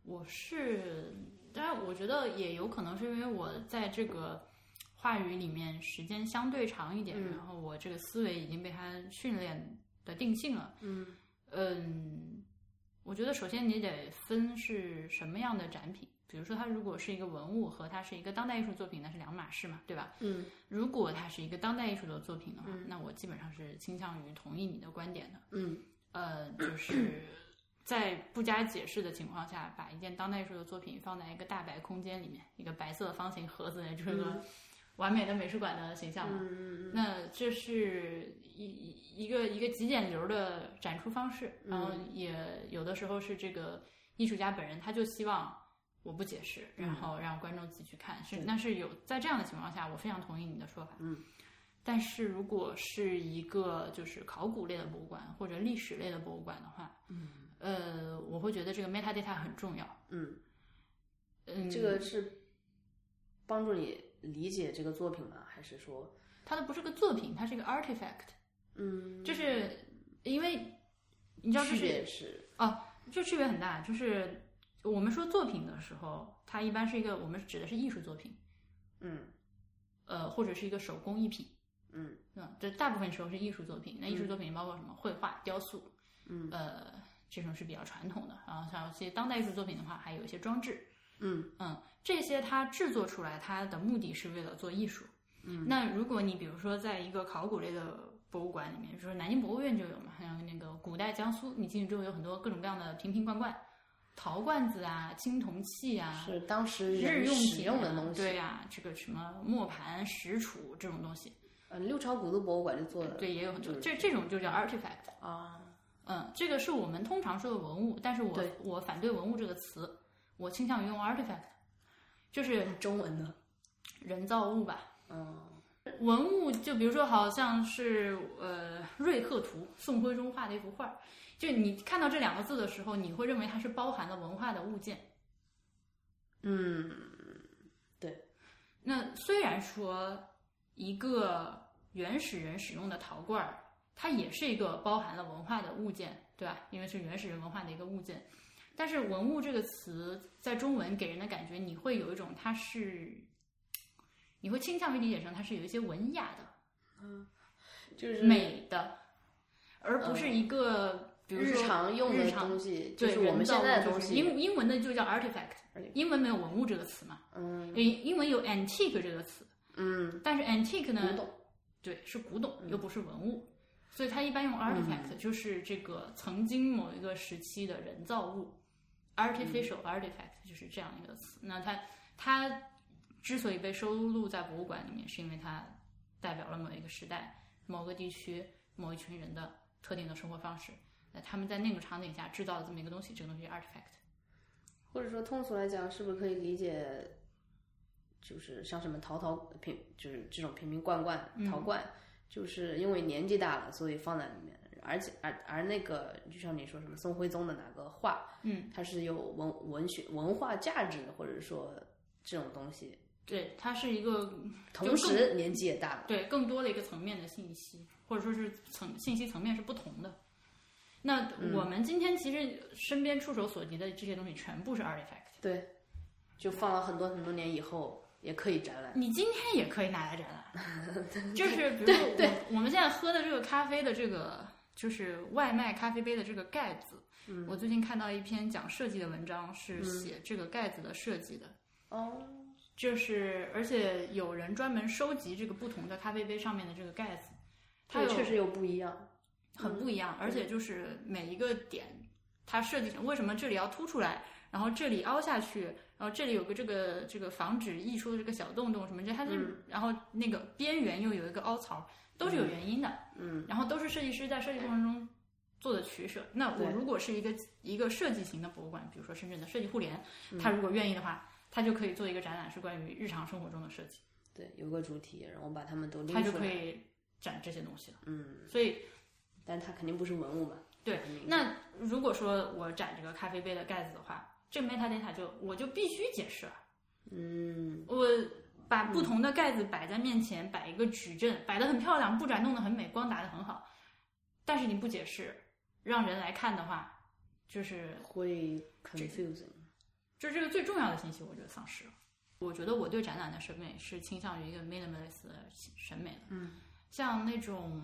我是，当然我觉得也有可能是因为我在这个话语里面时间相对长一点，嗯然后我这个思维已经被它训练的定性了。嗯嗯，我觉得首先你得分是什么样的展品，比如说它如果是一个文物和它是一个当代艺术作品，那是两码事嘛，对吧？嗯如果它是一个当代艺术的作品的话，那我基本上是倾向于同意你的观点的。嗯呃， 就是在不加解释的情况下，把一件当代艺术的作品放在一个大白空间里面，一个白色的方形盒子里，就是个完美的美术馆的形象嘛。嗯嗯那这是一一一个一个极简流的展出方式，嗯然后也有的时候是这个艺术家本人他就希望我不解释，嗯然后让观众自己去看，是那是有在这样的情况下，我非常同意你的说法，嗯。但是如果是一个就是考古类的博物馆或者历史类的博物馆的话，嗯，呃，我会觉得这个 metadata 很重要。嗯嗯，嗯，这个是帮助你理解这个作品吗？还是说，它都不是个作品，它是一个 artifact，嗯，就是因为你知道这区是别是，就区别很大，就是我们说作品的时候，它一般是一个我们指的是艺术作品，嗯呃，或者是一个手工艺品，嗯嗯，这大部分时候是艺术作品。那艺术作品包括什么？绘画、雕塑，嗯呃，这种是比较传统的。然后像一些当代艺术作品的话，还有一些装置，嗯嗯，这些它制作出来，它的目的是为了做艺术。嗯，那如果你比如说在一个考古类的博物馆里面，就是南京博物院就有嘛，还有那个古代江苏，你进去之后有很多各种各样的瓶瓶罐罐、陶罐子啊、青铜器啊，是当时日人用使品啊用的东西。对呀、这个什么磨盘、石杵这种东西，嗯，六朝古都博物馆就做了对，也有很多就。是这这种就叫 artifact。啊，嗯，这个是我们通常说的文物，但是我对我反对“文物”这个词，我倾向于用 artifact，就是中文的，人造物吧。嗯，文物就比如说，好像是呃瑞鹤图，宋徽宗画的一幅画，就你看到这两个字的时候，你会认为它是包含了文化的物件。嗯，那虽然说一个原始人使用的陶罐儿，它也是一个包含了文化的物件，对吧？因为是原始人文化的一个物件。但是“文物”这个词在中文给人的感觉，你会有一种它是，你会倾向于理解成它是有一些文雅的、就是嗯美的，而不是一个，比如日说常用日的常东西，就对是我们人造现在物的就东是西。英英文的就叫 artifact，英文没有“文物”这个词嘛？嗯英英文有 antique 这个词，嗯，但是 antique 呢古，董对，是古董，又不是文物，所以它一般用 artifact，、就是这个曾经某一个时期的人造物，artificial artifact，就是这样一个词。那它它之所以被收录在博物馆里面，是因为它代表了某一个时代、某个地区、某一群人的特定的生活方式。那他们在那个场景下制造了这么一个东西，这个东西是 artifact。或者说通俗来讲，是不是可以理解，就是像什么陶陶瓶，就是这种瓶瓶罐罐、嗯陶罐，就是因为年纪大了，所以放在里面。而且而而那个，就像你说什么宋徽宗的哪个画，嗯，它是有文文学文化价值的，或者说这种东西。对，它是一个同时年纪也大了，对更多的一个层面的信息，或者说是层信息层面是不同的。那我们今天其实身边触手所及的这些东西全部是 artifact，对，就放了很多很多年以后也可以展览。你今天也可以拿来展览，就是比如说我我们现在喝的这个咖啡的这个就是外卖咖啡杯的这个盖子，我最近看到一篇讲设计的文章，是写这个盖子的设计的，哦，就是而且有人专门收集这个不同的咖啡杯上面的这个盖子，它它有确实有不一样。很不一嗯样，而且就是每一个点，它设计成为什么这里要凸出来，然后这里凹下去，然后这里有个这个这个防止溢出的这个小洞洞什么这，它是、嗯然后那个边缘又有一个凹槽，都是有原因的。嗯，然后都是设计师在设计过程中做的取舍。那我对如果是一个一个设计型的博物馆，比如说深圳的设计互联，嗯他如果愿意的话，他就可以做一个展览，是关于日常生活中的设计，对，有个主题，然后把它们都拎他就出可来。以展这些东西了。嗯，所以但它肯定不是文物嘛。对肯定，那如果说我展这个咖啡杯的盖子的话，这个 metadata 就我就必须解释了。嗯，我把不同的盖子摆在面前，摆一个矩阵，摆得很漂亮，布展弄得很美，光打得很好，但是你不解释，让人来看的话，就是会 confusing。就是这个最重要的信息，我觉得丧失了。我觉得我对展览的审美是倾向于一个 minimalist 的审美的，嗯，像那种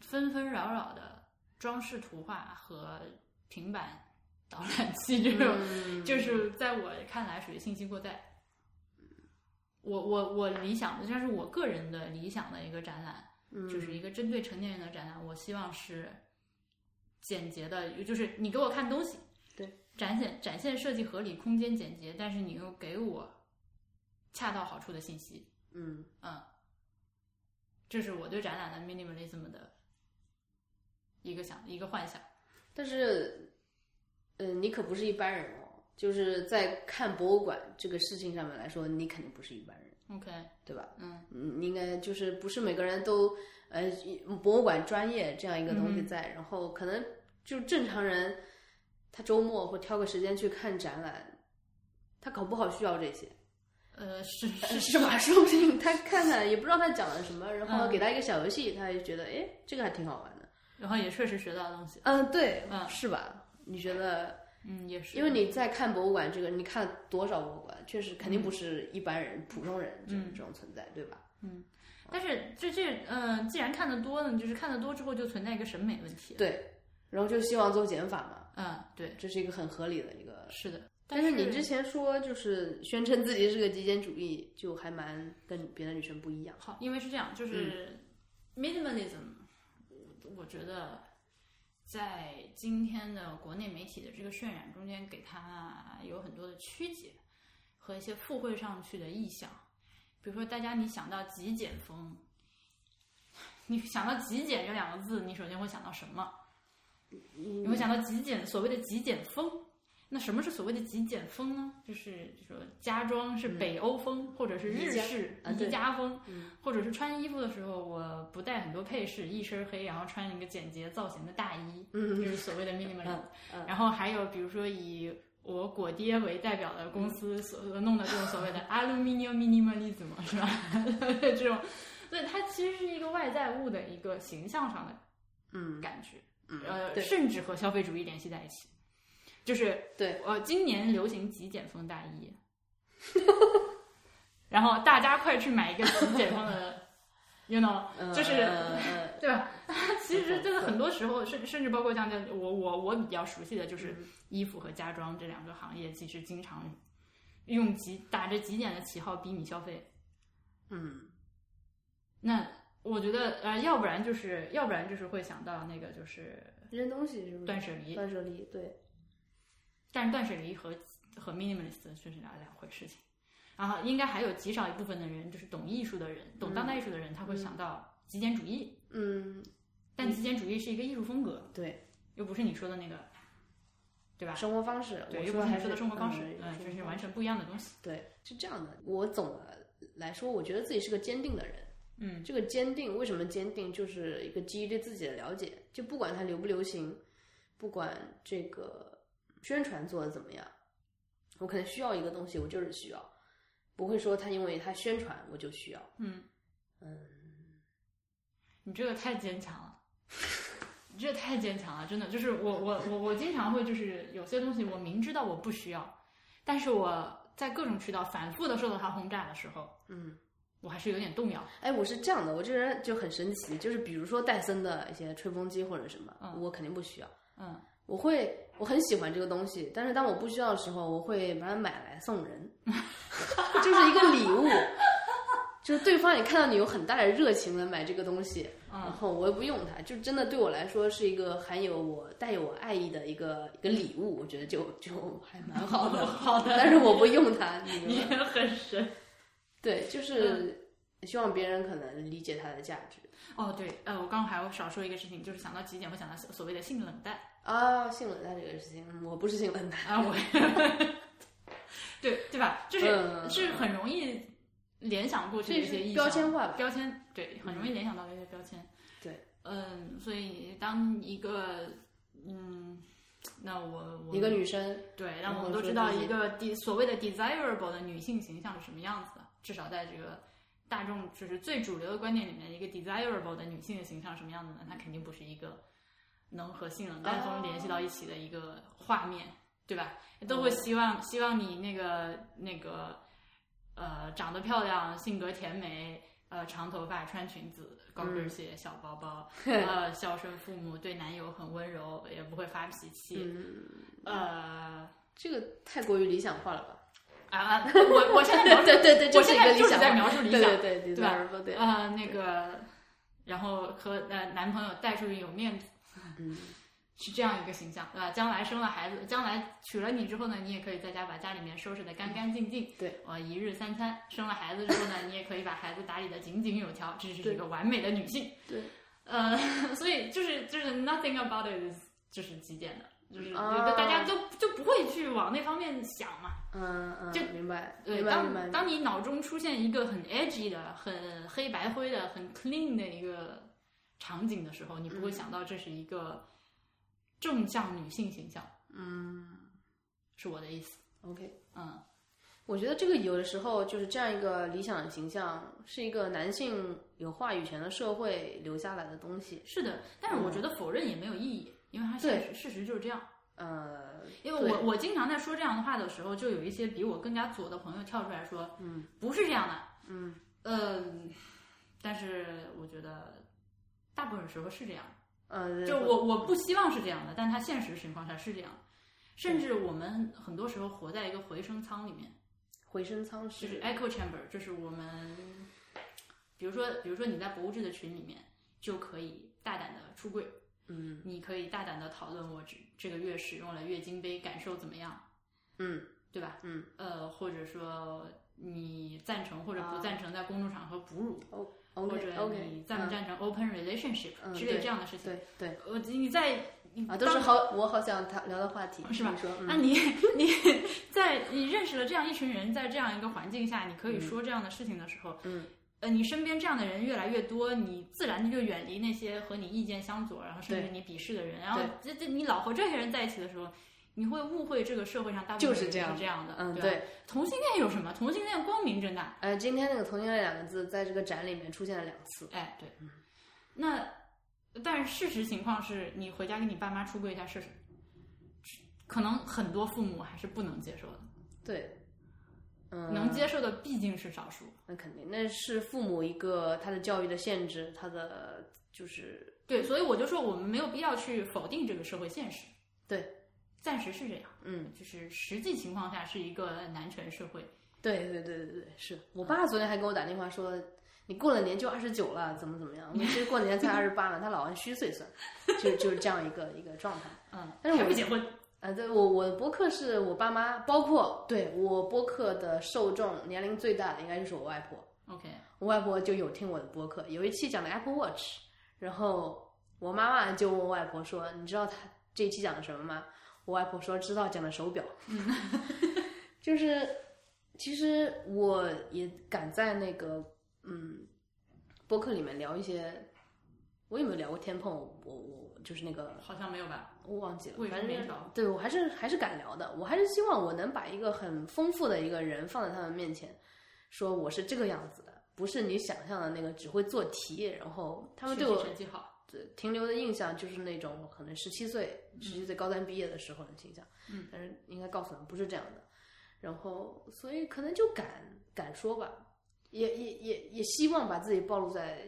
纷纷扰扰的装饰图画和平板导览器这种，嗯就是在我看来属于信息过载。我我我理想的，这是我个人的理想的一个展览，就是一个针对成年人的展览。我希望是简洁的，就是你给我看东西，展现展现设计合理、空间简洁，但是你又给我恰到好处的信息，嗯，嗯，这是我对展览的 minimalism 的一个想一个幻想。但是，嗯、你可不是一般人哦。就是在看博物馆这个事情上面来说，你肯定不是一般人， OK，对吧？嗯，嗯，你应该就是不是每个人都呃博物馆专业这样一个东西在，然后可能就正常人，他周末会挑个时间去看展览，他搞不好需要这 些。呃，是是是是吧？说不定他看看也不知道他讲了什么，然后给他一个小游戏，他就觉得哎，这个还挺好玩的。 然后也确实学到了东西，嗯，对，嗯是吧？你觉得，嗯，也是，因为你在看博物馆这个，你看了多少博物馆，确实肯嗯定不是一般人、普通人这种这种存在，对吧？嗯但是这这呃，既然看得多呢，就是看得多之后就存在一个审美问题，对，然后就希望做减法嘛，嗯，对，这是一个很合理的一个。是的。但是你之前说就是宣称自己是个极简主义，就还蛮跟别的女生不一样。好，因为是这样，就是 minimalism，、我觉得在今天的国内媒体的这个渲染中间，给它有很多的曲解和一些附会上去的意象。比如说，大家你想到极简风，你想到极简这两个字，你首先会想到什么？嗯你会想到极简，所谓的极简风。那什么是所谓的极简风呢？就是就说家装是北欧风，或者是日嗯宜家式啊对宜家风，或者是穿衣服的时候我不带很多配饰，一身黑，然后穿一个简洁造型的大衣，嗯就是所谓的 minimalism 嗯。嗯然后还有比如说以我果爹为代表的公嗯司所弄的这种所谓的 aluminium minimalism 是吧？ 这种，所以它其实是一个外在物的一个形象上的嗯感觉，嗯，呃，对甚至和消费主义联系在一起，就是对，呃，今年流行极简风大 衣，然后大家快去买一个极简风的，you know， 嗯就是嗯 嗯对吧？其实真的对很多时候，甚甚至包括像这我我我比较熟悉的就是嗯衣服和家装这两个行业，其实经常用极打着极简的旗号逼你消费。嗯那我觉得呃，要不然就是要不然就是会想到那个就是嗯，扔东西是不是？断舍离，断舍离，对，但是断舍离和和 minimalist 确实两两回事情。然后应该还有极少一部分的人，就是懂艺术的人，懂当代艺术的人，他会想到极简主义，嗯，但极简主义是一个艺术风格，对，又不是你说的那个，对吧？生活方式，对，我又不说是你还说是的生活方式，嗯，嗯就是完全不一样的东西。对，是这样的。我总的来说，我觉得自己是个坚定的人。嗯，这个坚定为什么坚定，就是一个基于对自己的了解，就不管它流不流行，不管这个宣传做的怎么样，我可能需要一个东西，我就是需要，不会说它因为它宣传我就需要。嗯嗯，你这个太坚强了，你这个太坚强了，真的就是我我我我经常会就是有些东西我明知道我不需要，但是我在各种渠道反复的受到它轰炸的时候，嗯，我还是有点动摇。哎，我是这样的，我这个人就很神奇，就是比如说戴森的一些吹风机或者什么，嗯我肯定不需要。嗯我会我很喜欢这个东西，但是当我不需要的时候，我会把它买来 送人，就是一个礼物，就是对方也看到你有很大的热情来买这个东西，然嗯后我也不用它，就真的对我来说是一个含有我带有我爱意的一个一个礼物，我觉得就就还蛮好的，好的但是我不用它， 你明你白吗也很神对，嗯就是希望别人可能理解它的价值哦，对，呃，我刚刚还要少说一个事情，就是想到极简，我想到所所谓的性冷 淡啊，性冷淡这个事情，嗯我不是性冷淡，啊，我，对对吧？就是、嗯是很容易联想过去的一些这意象是标签化吧，标签对，很容易联想到的一些标签。对，嗯，所以当一个嗯，那我我一个女生。对，让我们然后都说知道自己一个 de, 所谓的 desirable 的女性形象是什么样子的，至少在这个大众就是最主流的观念里面，一个 desirable 的女性的形象什么样子呢？它肯定不是一个能和性冷淡风联系哦到一起的一个画面，对吧？都会希望希望你那个那个呃长得漂亮，性格甜美。呃，长头发，穿裙子，高嗯跟鞋，小包 包，呃，孝顺父母，对男友很温柔，也不会发脾气，呃，嗯这个太过于理想化了吧？啊，我我现在 描述对对对，我这是现一个在理就是想化在描述理想，对对对对吧对对，呃那个，然后和呃男朋友带出去有面子，嗯， 是这样一个形象，对吧？将来生了孩子，将来娶了你之后呢，你也可以在家把家里面收拾的干干净净，对，我一日三餐。生了孩子之后呢，你也可以把孩子打理的井井有条，这是对一个完美的女性。对，呃， 所以就是就是 nothing about it is 就是极简的，就是啊大家就就不会去往那方面想嘛。嗯嗯，就明白，对，明白明当白，当你脑中出现一个很 edgy 的、很黑白灰的、很 clean 的一个场景的时候，你嗯不会想到这是一个正向女性形象，嗯是我的意思。 ，OK。嗯，我觉得这个有的时候就是这样一个理想形象，是一个男性有话语权的社会留下来的东西。是的，但是我觉得否认也没有意义，因为它嗯对现实事实就是这样。呃，因为我我经常在说这样的话的时候，就有一些比我更加左的朋友跳出来说，嗯，不是这样的，呃嗯嗯，但是我觉得大部分时候是这样的。嗯呃，就我我不希望是这样的，但它现实情况下是这样的。甚至我们很多时候活在一个回声舱里面，回声舱就是是 echo chamber，就是我们，比如说，比如说你在博物志的群里面就可以大胆的出柜，嗯你可以大胆的讨论我这这个月使用了月经杯感受怎么样，嗯对吧？嗯，呃，或者说你赞成或者不啊赞成在公众场合哺乳，或，OK 者 OK，你赞不赞成 open relationship 哦嗯之类对这样的事情。对对呃，你在你啊，都是当好，我好想谈聊的话题，是吧你说，嗯那你你在你认识了这样一群人，在这样一个环境下，你可以说这样的事情的时候，嗯，呃，你身边这样的人越来越多，你自然的就远离那些和你意见相左，然后甚至你鄙视的人，然后这这你老和这些人在一起的时候。你会误会这个社会上大部分就是人这样是这样的，嗯，对吧对，同性恋有什么？同性恋光明正大，呃，今天那个“同性恋”两个字在这个展里面出现了两次，哎，对，嗯那但是事实情况是你回家跟你爸妈出柜一下试试，可能很多父母还是不能接受的，对，嗯，能接受的毕竟是少数。那肯定，那是父母一个他的教育的限制，他的就是对，所以我就说我们没有必要去否定这个社会现实。对，暂时是这样，嗯，就是实际情况下是一个男权社会。对对对对对，是我爸昨天还给我打电话说，你过了年就二十九了，怎么怎么样？我其实过年才二十八呢，他老按虚岁算，就就是这样一个一个状态。 嗯，但是我还不结婚，啊，对我我播客是我爸妈，包括对我播客的受众年龄最大的应该就是我外婆， OK，我外婆就有听我的播客，有一期讲的 Apple Watch，然后我妈妈就问我外婆说：“你知道她这一期讲的什么吗？”我外婆说：“知道，讲的手表。”就是其实我也敢在那个嗯播客里面聊一些，我有没有聊过天碰？我我我就是那个好像没有吧？我忘记了，卫生反正棉条对我还是还是敢聊的，我还是希望我能把一个很丰富的一个人放在他们面前，说我是这个样子的，不是你想象的那个只会做题，然后他们对学我习成绩好，停留的印象就是那种可能十七岁、十七岁高三毕业的时候的形象，嗯，但是应该告诉他们不是这样的，然后所以可能就敢敢说吧，也也也也希望把自己暴露在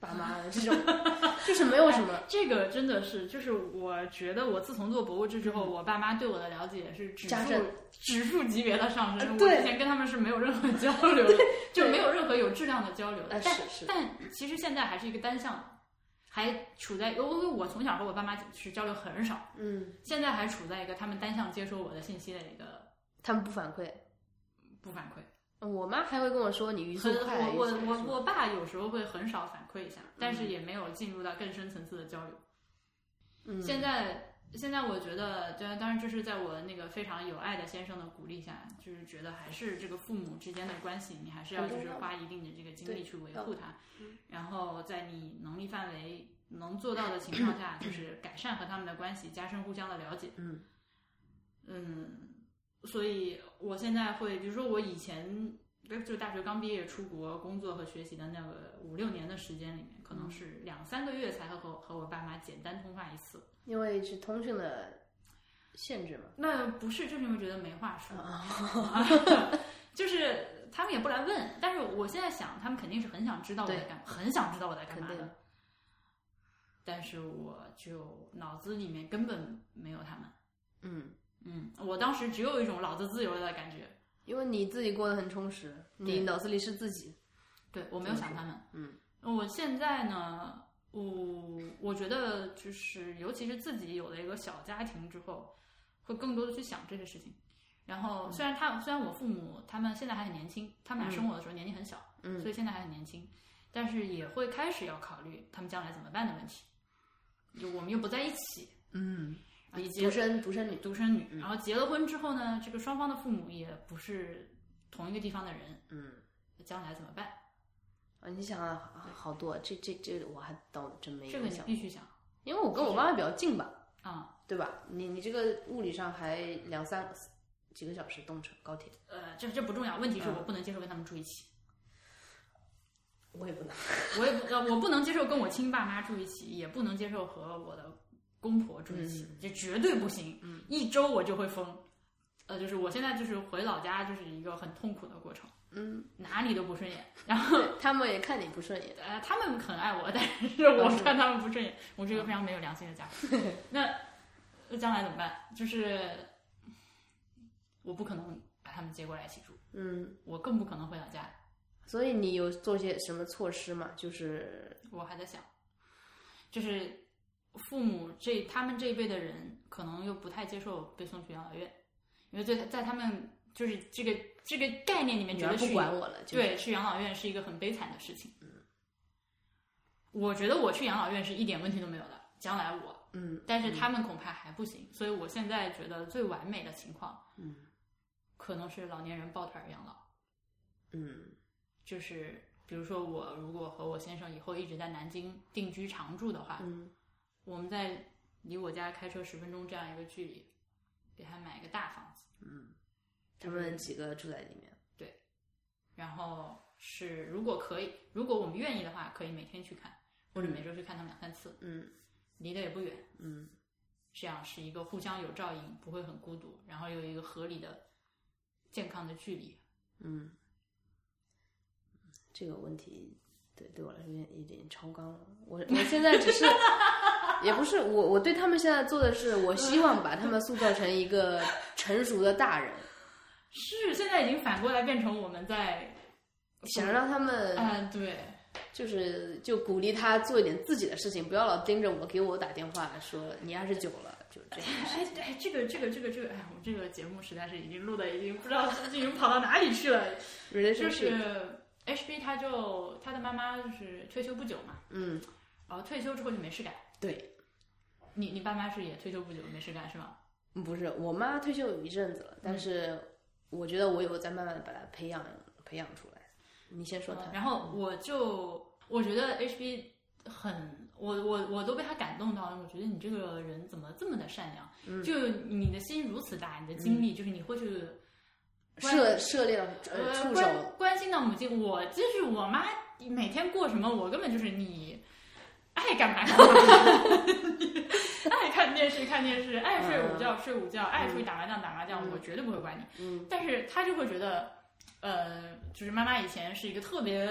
爸妈的这种， 就是没有什么。这个真的是，就是我觉得我自从做博物志之后，我爸妈对我的了解是指嗯加数深指数级别的上升。呃我对之前跟他们是没有任何 交流的，就没有任何有质量的交流的。呃但是是但其实现在还是一个单向的，还处在因为我从小和我爸妈是交流很少，嗯，现在还处在一个他们单向接收我的信息的一个他们不反馈，不反馈。我妈还会跟我说你语速很快啊，我我语速快我我爸有时候会很少反馈一下，但是也没有进入到更深层次的交流。嗯，现在现在我觉得，当然当然这是在我那个非常有爱的先生的鼓励下，就是觉得还是这个父母之间的关系，你还是要很就重是要花一定的这个精力对嗯去维要护它，然后在你能力范围能做到的情况 下，就是改善和他们的关系，加深互相的了解。嗯嗯，所以我现在会，比如说我以前就大学刚毕业出国工作和学习的那个五六年的时间里面，可嗯能是两三个月才和和和我爸妈简单通话一次。因为是通讯的限制嘛，那不是，就是因为觉得没话说，啊， 就是他们也不来问。但是我现在想，他们肯定是很想知道我在干嘛，很想知道我在干嘛肯定的。但是我就脑子里面根本没有他们。嗯，嗯，我当时只有一种老子自由了的感觉。因为你自己过得很充实，你脑子里是自己，对我没有想他们。嗯，我现在呢，我我觉得就是，尤其是自己有了一个小家庭之后，会更多的去想这些事情。然后，嗯虽然他虽然我父母他们现在还很年轻，他们俩生我的时候年纪很小，嗯所以现在还很年轻，但是也会开始要考虑他们将来怎么办的问题。就我们又不在一起，嗯，以及独生独生女，嗯独生女，然后结了婚之后呢，这个双方的父母也不是同一个地方的人，嗯将来怎么办？啊，你想啊，啊好多，这这这我还倒真没这个有你想，必须想因为我跟我妈妈比较近吧，啊、对吧？你你这个物理上还两三几个小时动车高铁，呃，这这不重要，问题是我不能接受跟他们住一起，我 也不能，我也不呃我不能接受跟我亲爸妈住一起，也不能接受和我的公婆住一起，这绝对不行，一周我就会疯。呃，就是我现在就是回老家就是一个很痛苦的过程，嗯，哪里都不顺眼，然后他们也看你不顺眼，呃，他们很爱我，但是我看他们不顺眼，我是一个非常没有良心的家伙。那那将来怎么办？就是我不可能把他们接过来一起住，嗯，我更不可能回老家，所以你有做些什么措施吗？就是我还在想，就是父母这他们这一辈的人，可能又不太接受被送去养老院，因为对在他们就是这个这个概念里面，女觉儿得不去管我了，就是，对去养老院是一个很悲惨的事情。嗯，我觉得我去养老院是一点问题都没有的，将来我，嗯，但是他们恐怕还不行，所以我现在觉得最完美的情况，嗯，可能是老年人抱团儿养老。嗯就是比如说我如果和我先生以后一直在南京定居常住的话，嗯，我们在离我家开车十分钟这样一个距离，给他买一个大房子，他们几个住在里面，然后是如果可以，如果我们愿意的话，可以每天去看，或者每周去看他们两三次，嗯离得也不远，嗯这样是一个互相有照应，不会很孤独，然后有一个合理的、健康的距离。嗯，这个问题对对我来说有点有点超纲了，我我现在只是。也不是我，我对他们现在做的是，我希望把他们塑造成一个成熟的大人，是，现在已经反过来变成我们在，想让他们嗯，对，就是就鼓励他做一点自己的事情，不要老盯着我，给我打电话说你二十九了，就这样。哎哎，这个这个这个这个，哎，我们这个节目实在是已经录的已经不知道已经跑到哪里去了。就 relationship，是 HB 他就他的妈妈就是退休不久嘛，嗯，然后退休之后就没事干。对，你你爸妈是也退休不久没事干是吗？不是我妈退休有一阵子了，但是我觉得我有在慢慢地把她培养培养出来。你先说她，然后我就我觉得 HB 很，我我我都被他感动到了。我觉得你这个人怎么这么的善良？嗯就你的心如此大，你的精力、就是你会去涉涉猎到呃呃触关手，关心到母亲，我就是我妈每天过什么，我根本就是你爱干嘛干 嘛，嗯你爱看电视看电视，爱睡午觉睡午觉，爱出去打麻将打麻将，我绝对不会管你。嗯但是她就会觉得，呃，就是妈妈以前是一个特别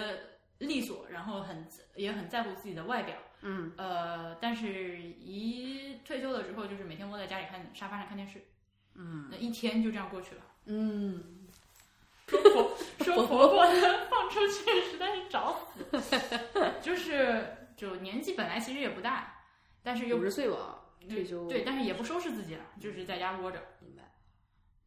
利索，然后很也很在乎自己的外表，嗯呃，但是一退休了之后，就是每天窝在家里看沙发上看电视，嗯，那一天就这样过去了。嗯，说婆 说婆婆的放出去实在是找死， 就是就年纪本来其实也不大，但是又五十岁吧，退休对，但是也不收拾自己了，就是在家窝着。明白，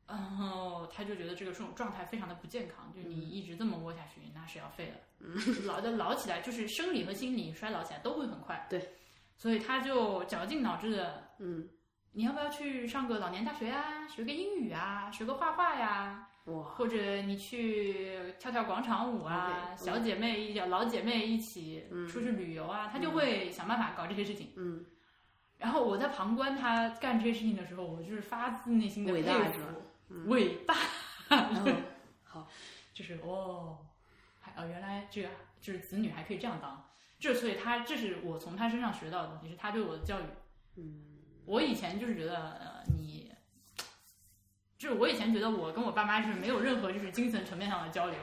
然后他就觉得这个这种状态非常的不健康，就嗯你一直这么窝下去，那是要废了。 老的老起来，就是生理和心理衰老起来都会很快。对，所以他就绞尽脑汁的，嗯，你要不要去上个老年大学啊，学个英语啊，学个画画呀，哇，或者你去跳跳广场舞啊 OK，嗯小姐妹一起、老姐妹一起出去旅游啊，她就会想办法搞这些事情。嗯，然后我在旁观她干这些事情的时候，我就是发自内心的伟佩大是服吧，嗯伟大，然后好，就是哦，还哦，原来这个就是子女还可以这样当，这所以她这是我从她身上学到的东西，是她对我的教育。嗯我以前就是觉得，呃，你，就是我以前觉得我跟我爸妈是没有任何就是精神层面上的交流，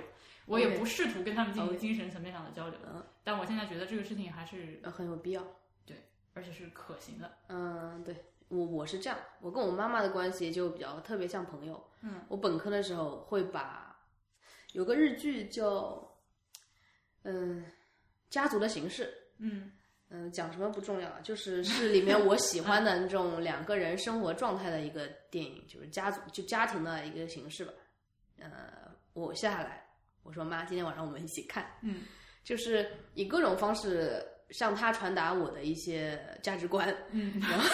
我也 OK 不试图跟他们进行 OK 精神层面上的交流哦嗯。但我现在觉得这个事情还是，呃很有必要。而且是可行的。嗯，对我我是这样，我跟我妈妈的关系就比较特别像朋友。嗯，我本科的时候会把有个日剧叫嗯《家族的形式》，嗯嗯，讲什么不重要，就是 是里面我喜欢的那种两个人生活状态的一个电影，就是家族就家庭的一个形式吧。呃，我下来我说妈，今天晚上我们一起看，嗯，就是以各种方式向她传达我的一些价值观。嗯，然后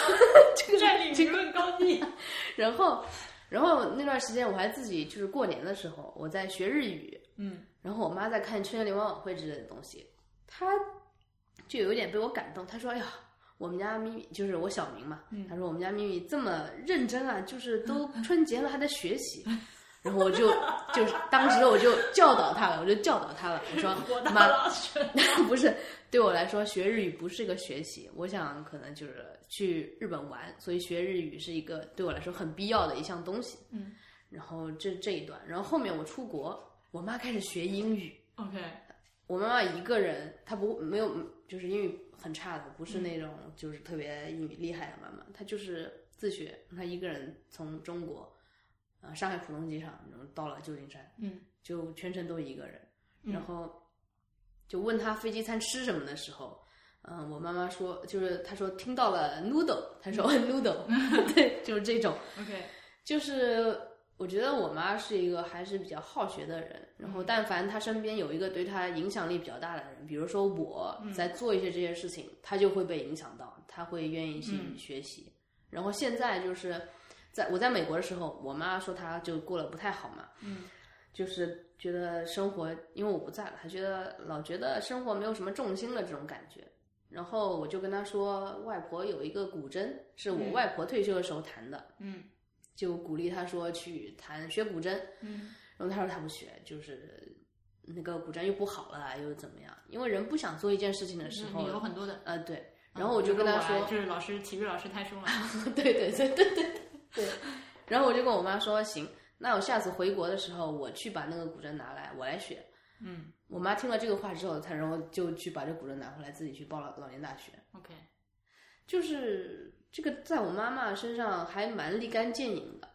这个占领舆论高地。 然后，然后那段时间我还自己就是过年的时候，我在学日语，嗯然后我妈在看春节联欢晚会之类的东西，她就有点被我感动。她说：“哎呀，我们家咪咪就是我小名嘛，嗯她说我们家咪咪这么认真啊，就是都春节了还在学习。”然后我就就是当时我就教导她了，我就教导她了，我说我大妈，老师。 不是，对我来说学日语不是一个学习，我想可能就是去日本玩，所以学日语是一个对我来说很必要的一项东西。嗯，然后这这一段，然后后面我出国，我妈开始学英语， OK，我妈妈一个人，她不没有就是英语很差的，不嗯是那种就是特别英语厉害的妈妈，她就是自学，她一个人从中国啊、呃上海浦东机场，然后到了旧金山，嗯，就全程都一个人，嗯然后就问她飞机餐吃什么的时候。嗯，我妈妈说，就是她说听到了 noodle，她说 noodle，对，就是这种，嗯 OK，就是我觉得我妈是一个还是比较好学的人，然嗯后但凡她身边有一个对她影响力比较大的人，比如说我嗯在做一些这些事情，她就会被影响到，她会愿意去嗯学习。然后现在就是在我在美国的时候，我妈说她就过得不太好嘛，嗯，就是觉得生活，因为我不在了，她觉得老觉得生活没有什么重心了这种感觉。然后我就跟她说，外婆有一个古筝，是我外婆退休的时候弹的。嗯就鼓励他说去弹学古筝，嗯然后他说他不学，就是那个古筝又不好了，又怎么样？因为人不想做一件事情的时嗯候，有很多的。呃，对。然后我就跟他嗯比如说，我就是老师，体育老师太 凶了。对对对对对对。然后我就跟我妈说，行，那我下次回国的时候，我去把那个古筝拿来，我来学。嗯我妈听了这个话之后，她然后就去把这古筝拿回来，自己去报了老年大学。 ，OK，就是这个在我妈妈身上还蛮立竿见影的。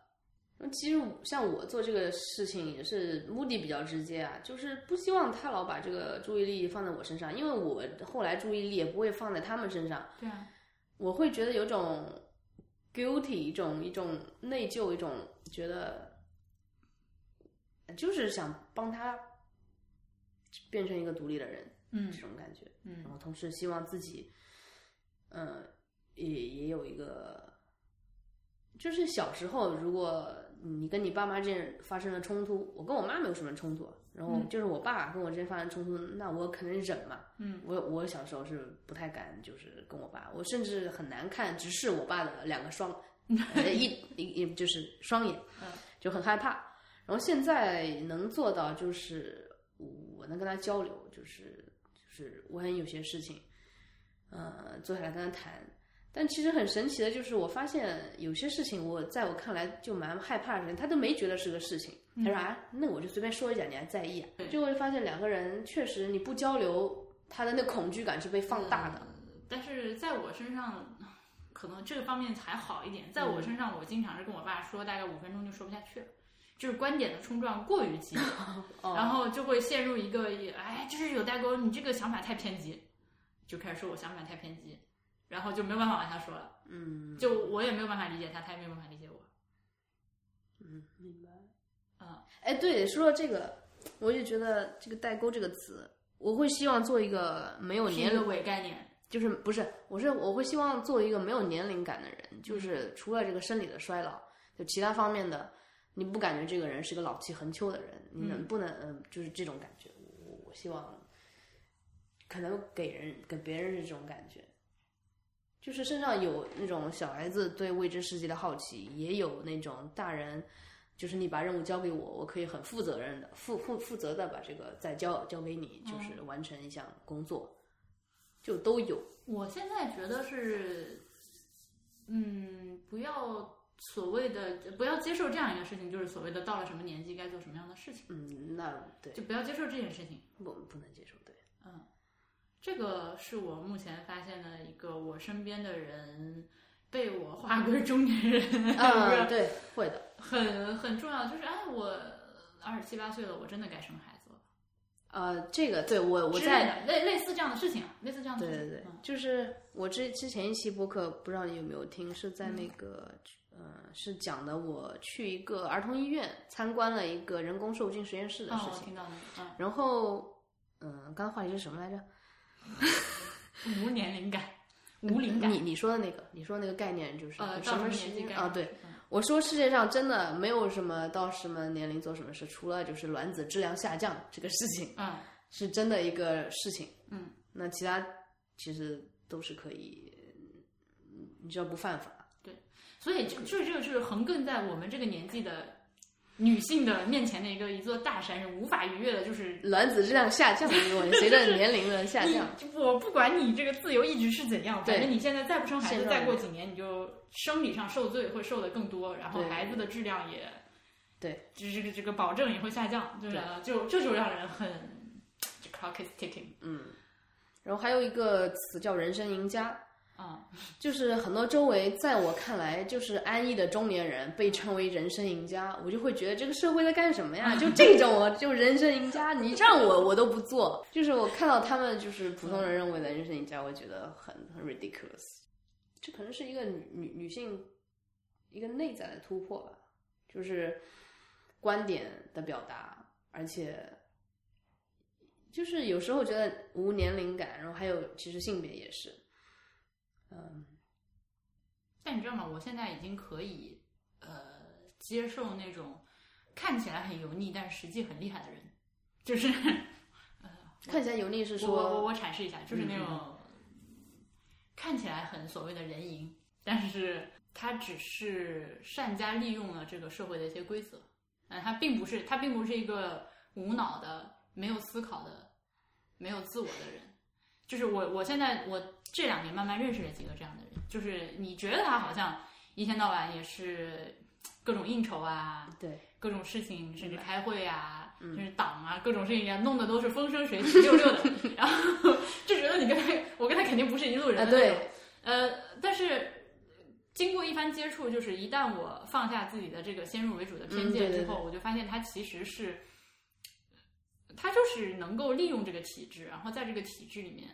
那其实像我做这个事情也是目的比较直接啊，就是不希望她老把这个注意力放在我身上，因为我后来注意力也不会放在他们身上，对啊，我会觉得有种 guilty，一种一种内疚，一种觉得就是想帮他变成一个独立的人嗯这种感觉。嗯然后同时希望自己，嗯，也也有一个，就是小时候如果你跟你爸妈之间发生了冲突，我跟我妈没有什么冲突，然后就是我爸跟我之间发生冲突，那我肯定忍嘛。嗯，我我小时候是不太敢，就是跟我爸，我甚至很难看直视我爸的两 个双，呃、一一一就是双眼，嗯就很害怕。然后现在能做到就是我能跟他交流，就是就是我很有些事情，呃，坐下来跟他谈。但其实很神奇的就是，我发现有些事情我在我看来就蛮害怕的人，他都没觉得是个事情。他说啊，那我就随便说一下，你还在意啊？就会发现两个人确实你不交流，他的那恐惧感是被放大的。呃但是在我身上，可能这个方面还好一点。在嗯我身上，我经常是跟我爸说，大概五分钟就说不下去了，就是观点的冲撞过于 激烈，哦然后就会陷入一个哎，就是有代沟，你这个想法太偏激，就开始说我想法太偏激，然后就没有办法往下说了，嗯就我也没有办法理解他，他也没有办法理解我。嗯，明白。嗯哎，对，说到这个，我也觉得这个代沟这个词，我会希望做一个没有是年一龄个伪概念，就是不是，我是我会希望做一个没有年龄感的人，就是除了这个生理的衰老，就其他方面的，你不感觉这个人是个老气横秋的人，你能不能嗯、就是这种感觉，我我我希望，可能给人给别人是这种感觉，就是身上有那种小孩子对未知世界的好奇，也有那种大人。就是你把任务交给我，我可以很负责任的、负负负责的把这个再交交给你，就是完成一项工作，就都有。我现在觉得是，嗯，不要所谓的不要接受这样一个事情，就是所谓的到了什么年纪该做什么样的事情，嗯，那对，就不要接受这件事情。我们不能接受， 对，这个是我目前发现的一个我身边的人被我划归中年人的一嗯，个对，会的， 很很重要，就是哎，我二十七八岁了，我真的该生孩子了。呃，这个对我我之类在，的类类似这样的事情，啊类似这样的对事情。对对嗯，就是我之之前一期播客，不知道你有没有听，是在嗯那个，呃，是讲的我去一个儿童医院参观了一个人工受精实验室的事哦，我情，听到那个，然后，嗯，刚刚话题是什么来着？嗯，无年龄感，无灵感，你你说的那个，你说的那个概念就是呃，什到么时年纪间该啊？对，，嗯我说世界上真的没有什么到什么年龄做什么事，除了就是卵子质量下降这个事情。嗯，是真的一个事情。嗯，那其他其实都是可以，嗯你只要不犯法。所以这这这是横亘在我们这个年纪的女性的面前的一个一座大山，是无法逾越的。就是卵子质量下降这个问题，随着年龄的下你 降，，就我不管你这个自由意志是怎样，对反正你现在再不生孩现子，状再过几年你就生理上受罪会受的更多，然后对孩子的质量也对，这这个这个保证也会下降，就是就这就让人很 clock is ticking 嗯然后还有一个词叫人生赢家，啊、就是很多周围在我看来就是安逸的中年人被称为人生赢家，我就会觉得这个社会在干什么呀？就这种我就人生赢家，你让我我都不做。就是我看到他们就是普通人认为的人生赢家，我觉得很很 ridiculous。这可能是一个女女女性一个内在的突破吧，就是观点的表达，而且就是有时候觉得无年龄感，然后还有其实性别也是。但你知道吗？我现在已经可以呃接受那种看起来很油腻，但实际很厉害的人，就是看起来油腻是我我说，嗯我阐释一下，就是那种看起来很所谓的人赢，但是他只是善加利用了这个社会的一些规则，嗯，他并不是他并不是一个无脑的、没有思考的、没有自我的人。就是我我现在我这两年慢慢认识了几个这样的人，就是你觉得他好像一天到晚也是各种应酬啊，对，各种事情，甚至开会啊，甚至党啊，各种事情啊，弄得都是风生水起、六六的， 然后就觉得你跟他，我跟他肯定不是一路人 啊的那对种。呃，但是经过一番接触，就是一旦我放下自己的这个先入为主的偏嗯对见对之后，我就发现他其实是，他就是能够利用这个体制，然后在这个体制里面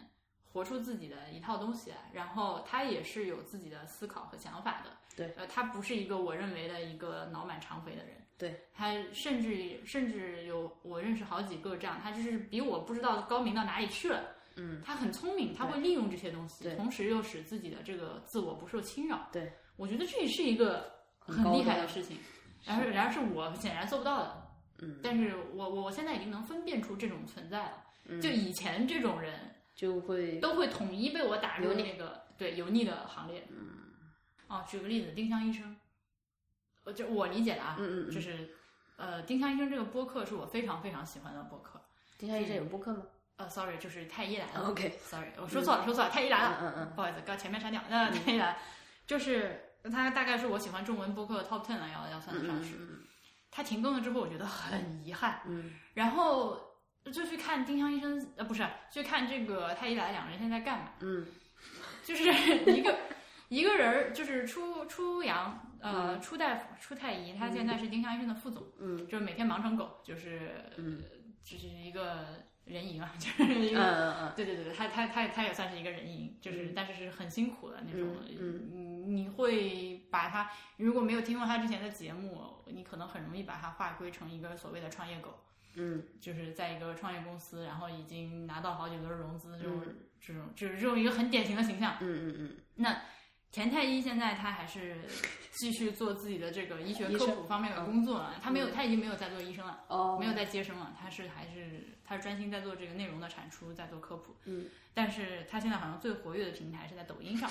活出自己的一套东西来，然后他也是有自己的思考和想法的。对，呃，他不是一个我认为的一个脑满肠肥的人。对，他甚至甚至有我认识好几个这样，他就是比我不知道高明到哪里去了。嗯，他很聪明，他会利用这些东西对，同时又使自己的这个自我不受侵扰。对，我觉得这也是一个很高厉害端的事情。然而，然而是我显然做不到的。嗯，但是我我我现在已经能分辨出这种存在了。嗯就以前这种人，就会都会统一被我打入油腻那个对油腻的行列。嗯，哦，举个例子，丁香医生，呃，就我理解的啊，嗯嗯嗯就是呃，丁香医生这个播客是我非常非常喜欢的播客。丁香医生有播客吗？呃，sorry，就是太医来了。 OK sorry，我说错了，说错了，太医来了。嗯嗯不好意思，刚前面删掉。那太医来了，就是他大概是我喜欢中文播客的 top ten 了，要要算得上是。他停更了之后，我觉得很遗憾。嗯，然后就去看丁香医生，呃，不是，去看这个太医来了，两个人现在在干嘛？嗯，就是一个 一个人儿，就是出出洋，呃，出大夫、出太医，他现在是丁香医生的副总，嗯，就是每天忙成狗，就是，嗯，就是一个人赢啊，就是一嗯个。嗯嗯，对对对，对他他他他也算是一个人赢，就是、但是是很辛苦的那种。嗯嗯，你会把他如果没有听过他之前的节目，你可能很容易把他划归成一个所谓的创业狗。嗯，就是在一个创业公司，然后已经拿到好几轮融资，这种、这种就是这种一个很典型的形象。嗯嗯那田太医现在他还是继续做自己的这个医学医科生普方面的工作了，他没有，他已经没有在做医生了，嗯，哦没，有在接生了，他是还是他是专心在做这个内容的产出，在做科普。嗯，但是他现在好像最活跃的平台是在抖音 上，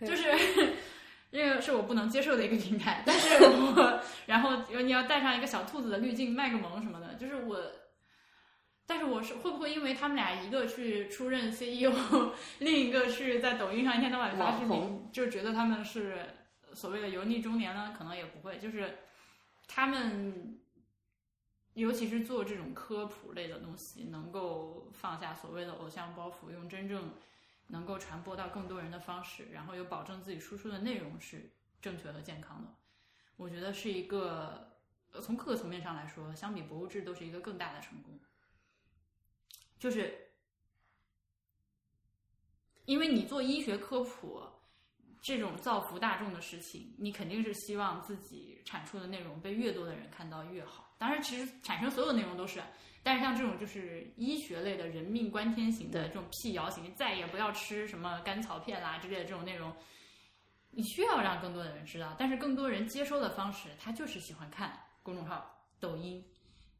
就是这个是我不能接受的一个平台。但是我然后你要带上一个小兔子的滤镜、卖个萌什么的，就是我。但是我是会不会因为他们俩一个去出任 CEO，另一 个是在抖音上一天到晚发视网频，就觉得他们是所谓的油腻中年呢？可能也不会，就是他们，尤其是做这种科普类的东西，能够放下所谓的偶像包袱，用真正能够传播到更多人的方式，然后又保证自己输出的内容是正确和健康的，我觉得是一个呃从各个层面上来说，相比博物志都是一个更大的成功，就是因为你做医学科普。这种造福大众的事情，你肯定是希望自己产出的内容被越多的人看到越好。当然，其实产生所有内容都是，但是像这种就是医学类的人命关天型的这种辟谣型，再也不要吃什么甘草片啦之类的这种内容，你需要让更多的人知道。但是更多人接收的方式，他就是喜欢看公众号、抖音，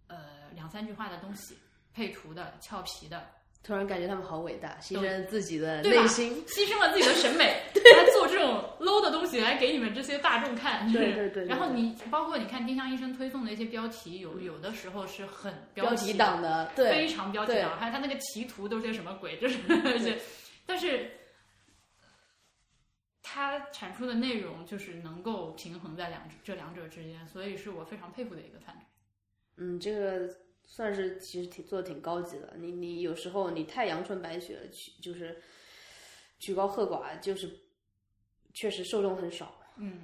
呃，两三句话的东西，配图的、俏皮的，突然感觉他们好伟大，牺牲自己的对吧内心，牺牲了自己的审 美，来做这种 low 的东西来给你们这些大众看。就是对对对对嗯然后你包括你看丁香医生推送的一些标题，有有的时候是很标题题党的，对非常标题党，还有他那 个题图都是些什么鬼，就是是，但是。它产出的内容就是能够平衡在两这两者之间，所以是我非常佩服的一个范畴。嗯，这个算是其实挺做的挺高级的。你你有时候你太阳春白雪了，曲就是曲高和寡，就是确实受众很少。嗯，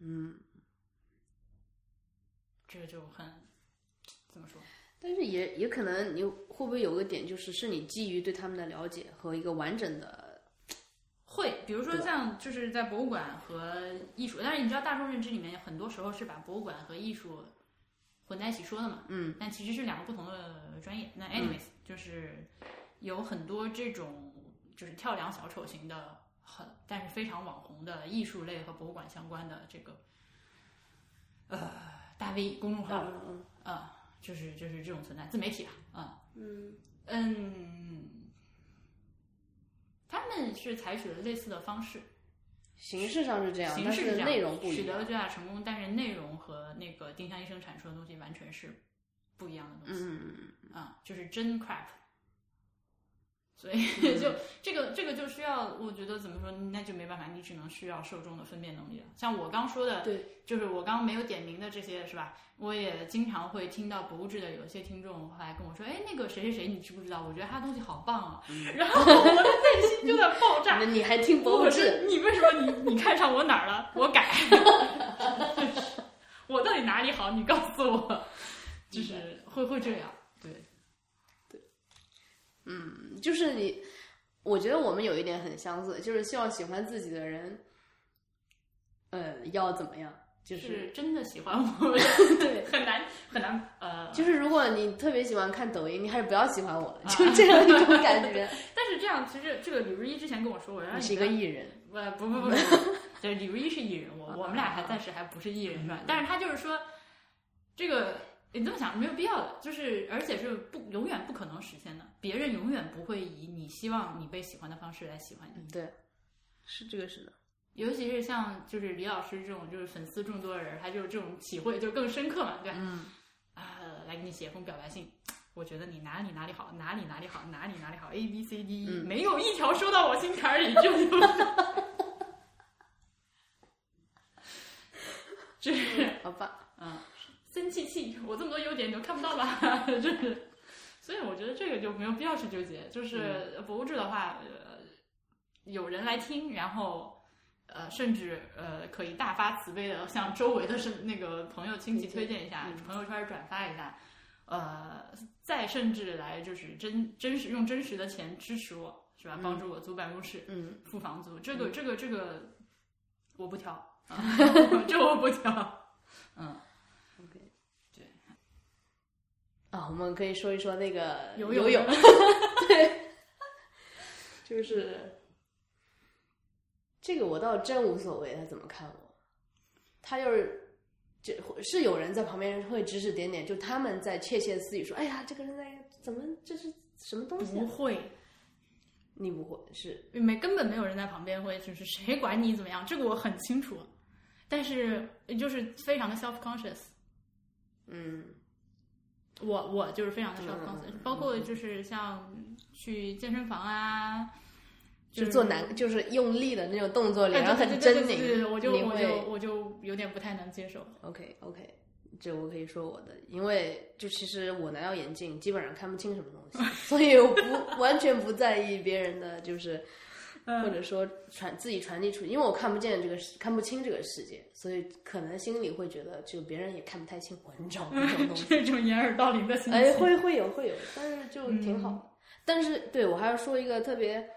嗯，这个就很怎么说？但是也也可能你会不会有个点，就是是你基于对他们的了解和一个完整的，会，比如说像就是在博物馆和艺术，但是你知道大众认知里面很多时候是把博物馆和艺术混在一起说的嘛，嗯，但其实是两个不同的专业。那 anyways，、就是有很多这种就是跳梁小丑型的，很但是非常网红的艺术类和博物馆相关的这个呃大 V 公众号啊、嗯嗯就是就是这种存在自媒体啊，啊、嗯嗯，他们是采取了类似的方式，形式上是这样，形但式是这样，内容不取一得样了。巨大成功，但是内容和那个丁香医生产出的东西完全是不一样的东西嗯，啊、就是真 crap。所嗯以 就、这个这个就需要，我觉得怎么说，那就没办法，你只能需要受众的分辨能力了。像我刚说的，对，就是我刚刚没有点名的这些是吧？我也经常会听到博物志的有些听众后来跟我说，哎，那个谁谁谁，你知不知道？我觉得他东西好棒啊，然后我的内心就在爆炸。那嗯 你还听博我物是志？你为什么你你看上我哪儿了？我改， 我到底哪里好？你告诉我，就是会会这样，对，嗯就是你，我觉得我们有一点很相似，就是希望喜欢自己的人，呃，要怎么样？就就是是真的喜欢我，对， 很难很难呃，就是如果你特别喜欢看抖音，你还是不要喜欢我了，啊就这样一种感 觉。但是这样其实这个李如一之前跟我说，我让你你是一不个要艺人，呃，不不不不，不就是李如一是艺人，我啊我们俩还暂时还不是艺人是吧？嗯但是他就是说，这个你这么想是没有必要的，就是而且是不永远不可能实现的，别人永远不会以你希望你被喜欢的方式来喜欢你，嗯，对，是这个是的，尤其是像就是李老师这种就是粉丝众多的人，他就是这种体会就更深刻嘛，对吧？嗯，啊，来给你写封表白信。我觉得你哪里哪里好，哪里哪里好，哪里哪里好，A B C D E，、嗯没有一条说到我心坎儿里，这就 这是好吧，嗯，生气气，我这么多优点你都看不到吧？ 就是，所以我觉得这个就没有必要去纠结。就是博物志的话，呃，有人来听，然后呃，甚至呃，可以大发慈悲的向周围的是那个朋友亲戚推荐一下，朋友圈转发一下，呃，再甚至来就是真真实用真实的钱支持我，是吧？帮助我租办公室。嗯，付房租，这个这个这个我不挑， 啊这我不挑。嗯，啊，我们可以说一说那个游游泳泳，就是这个我倒真无所谓，他怎么看我，他就是这是有人在旁边会指指点点，就他们在窃窃私语说：“哎呀，这个人在怎么这是什么东西啊、不会，你不会是没根本没有人在旁边会，就是谁管你怎么样，这个我很清楚。但是就是非常的 self conscious，嗯我我就是非常的 self 嗯 conscious，、嗯嗯包括就是像去健身房啊，就是做难就是用力的那种动作，哎，脸上很嗯对对狰对对对对狞对，我就你我会就我就有点不太能接受。 OK OK，这我可以说我的，因为就其实我拿到眼镜基本上看不清什么东西， 所以我不完全不在意别人的就是，或者说传自己传递出，因为我看不见这个世看不清这个世界，所以可能心里会觉得就别人也看不太清我这种这种东西，这种掩耳盗铃的心情，哎，会会有会有，但是嗯就挺好的。但是对我还要说一个特别，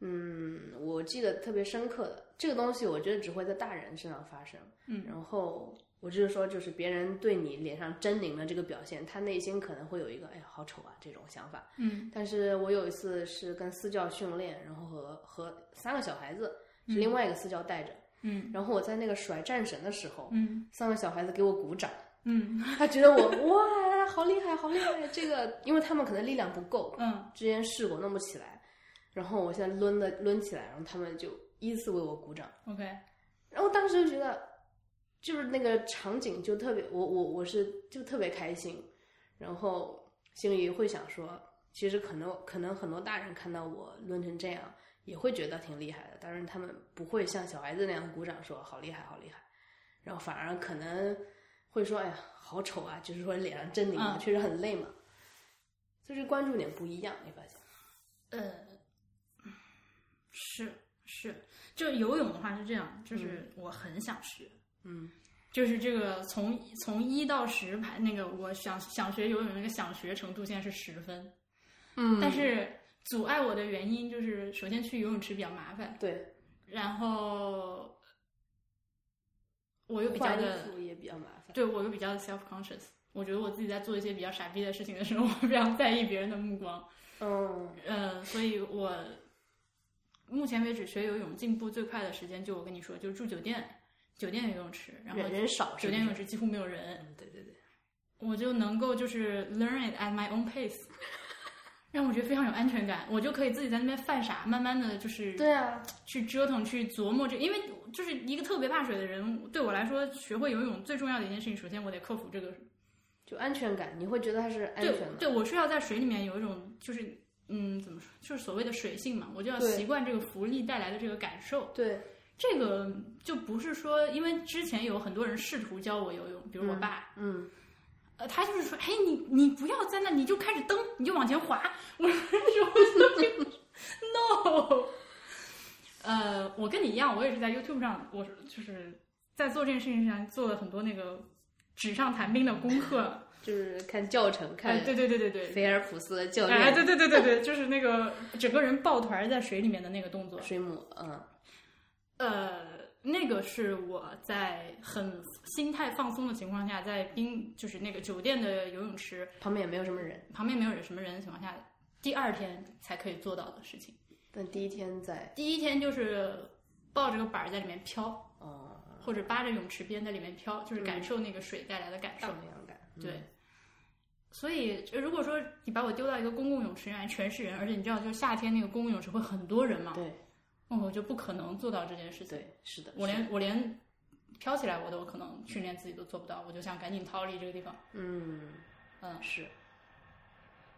嗯，我记得特别深刻的这个东西，我觉得只会在大人身上发生。嗯，然后我就是说，就是别人对你脸上狰狞的这个表现，他内心可能会有一个“哎呀，好丑啊”这种想法。嗯但是我有一次是跟私教训练，然后和和三个小孩子是另外一个私教带着，嗯然后我在那个甩战神的时候，嗯三个小孩子给我鼓掌。嗯他觉得我哇，好厉害，好厉害！这个，因为他们可能力量不够，嗯，之前试过弄不起来，然后我现在抡的抡起来，然后他们就依次为我鼓掌， OK，然后当时就觉得，就是那个场景就特别，我我我是就特别开心，然后心里会想说，其实可能可能很多大人看到我抡成这样，也会觉得挺厉害的，但是他们不会像小孩子那样鼓掌说好厉害好厉害，然后反而可能会说哎呀好丑啊，就是说脸上狰狞嘛，嗯确实很累嘛，就是关注点不一样，你发现？呃，是是，就游泳的话是这样，就是我很想学，嗯，就是这个从从一到十排那个，我想想学游泳那个想学程度现在是十分，嗯但是阻碍我的原因就是，首先去游泳池比较麻烦，对，然后我又比较换衣的服也比较麻烦。对我又比较 self conscious，我觉得我自己在做一些比较傻逼的事情的时候， 我非常在意别人的目光。嗯，呃，所以我目前为止学游泳进步最快的时间，就我跟你说，就是住酒店，酒店的游泳池，然后人人少是酒不店游是？泳池几乎没有人，嗯，对对对，我就能够就是 learn it at my own pace，让我觉得非常有安全感，我就可以自己在那边犯傻，慢慢的就是对啊，去折腾、去琢磨这，因为就是一个特别怕水的人，对我来说，学会游泳最重要的一件事情，首先我得克服这个就安全感，你会觉得它是安对全的。对，我是要在水里面有一种就是嗯，怎么说，就是所谓的水性嘛，我就要对习惯这个浮力带来的这个感受。对，这个就不是说，因为之前有很多人试图教我游泳，比如我爸，嗯，呃，他就是说，嘿，你你不要在那，你就开始蹬，你就往前滑。我说 no，呃，我跟你一样，我也是在 YouTube 上，我就是在做这件事情上做了很多那个纸上谈兵的功课。就是看教程，看哎，对对对对对，菲尔普斯的教哎，练对对对对对，就是那个整个人抱团在水里面的那个动作。水母，嗯，呃，那个是我在很心态放松的情况下，在冰就是那个酒店的游泳池旁边也没有什么人，旁边没有人什么人的情况下，第二天才可以做到的事情。但第一天在第一天就是抱着个板儿在里面飘，哦，或者扒着泳池边在里面飘，就是感受那个水带来的感受。荡漾感，嗯对，所以，就如果说你把我丢到一个公共泳池里面，全是人，而且你知道，就是夏天那个公共泳池会很多人嘛，对嗯，我就不可能做到这件事情。对，是的，我连我连飘起来我都可能训练自己都做不到，我就想赶紧逃离这个地方。嗯嗯是，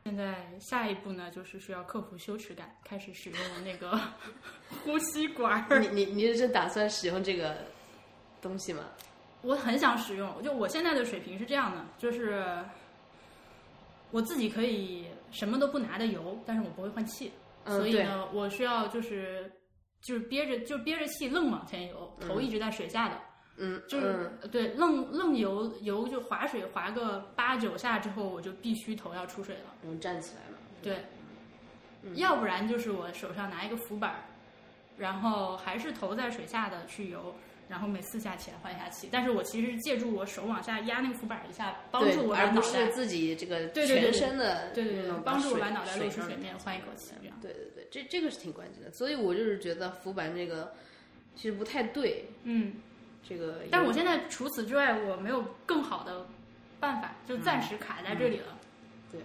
现在呃下一步呢，就是需要克服羞耻感，开始使用那个 呼吸管儿。 你你你是打算使用这个东西吗？我很想使用，就我现在的水平是这样的，就是我自己可以什么都不拿的游，但是我不会换气，嗯所以呢，我需要就是就是憋着就憋着气愣往前游，头一直在水下的。嗯，就是、嗯对愣愣游游就划水划个八九下之后，我就必须头要出水了，然后嗯站起来嘛，对，嗯要不然就是我手上拿一个浮板儿，然后还是头在水下的去游，然后每四下起来换一下气，但是我其实是借助我手往下压那个浮板儿一下，帮对助我把而脑不是袋，自己这个对对对全身的对对对那种帮助我水把脑袋露出上水的面换一口气这样对对对，这这个是挺关键的，所以我就是觉得浮板这个其实不太对，嗯，这个但有我现在除此之外我没有更好的办法，嗯就暂时卡在这里了。对，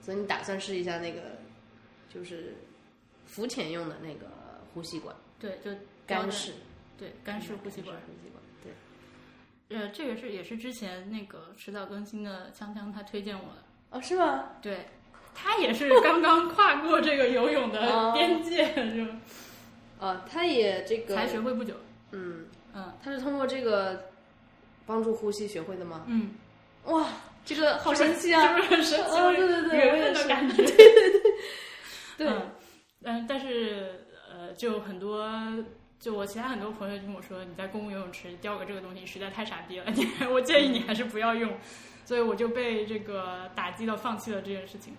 所以你打算试一下那个就是浮潜用的那个呼吸管，对，就干式对嗯干式呼吸管干。式呼吸管，对，呃，这个是也是之前那个迟早更新的锵锵他推荐我的，哦是吗？对他也是刚刚跨过这个游泳的哦边界，就哦，他也这个才学会不久。嗯嗯他是通过这个帮助呼吸学会的吗？嗯，哇，这个 好神奇啊！是不是 很神奇？哦对对对缘我也分的是感觉。对，嗯，嗯但是呃，就很多。就我其他很多朋友就跟我说，你在公共游泳池钓个这个东西实在太傻逼了， 你我建议你还是不要用，所以我就被这个打击到放弃了这件事情。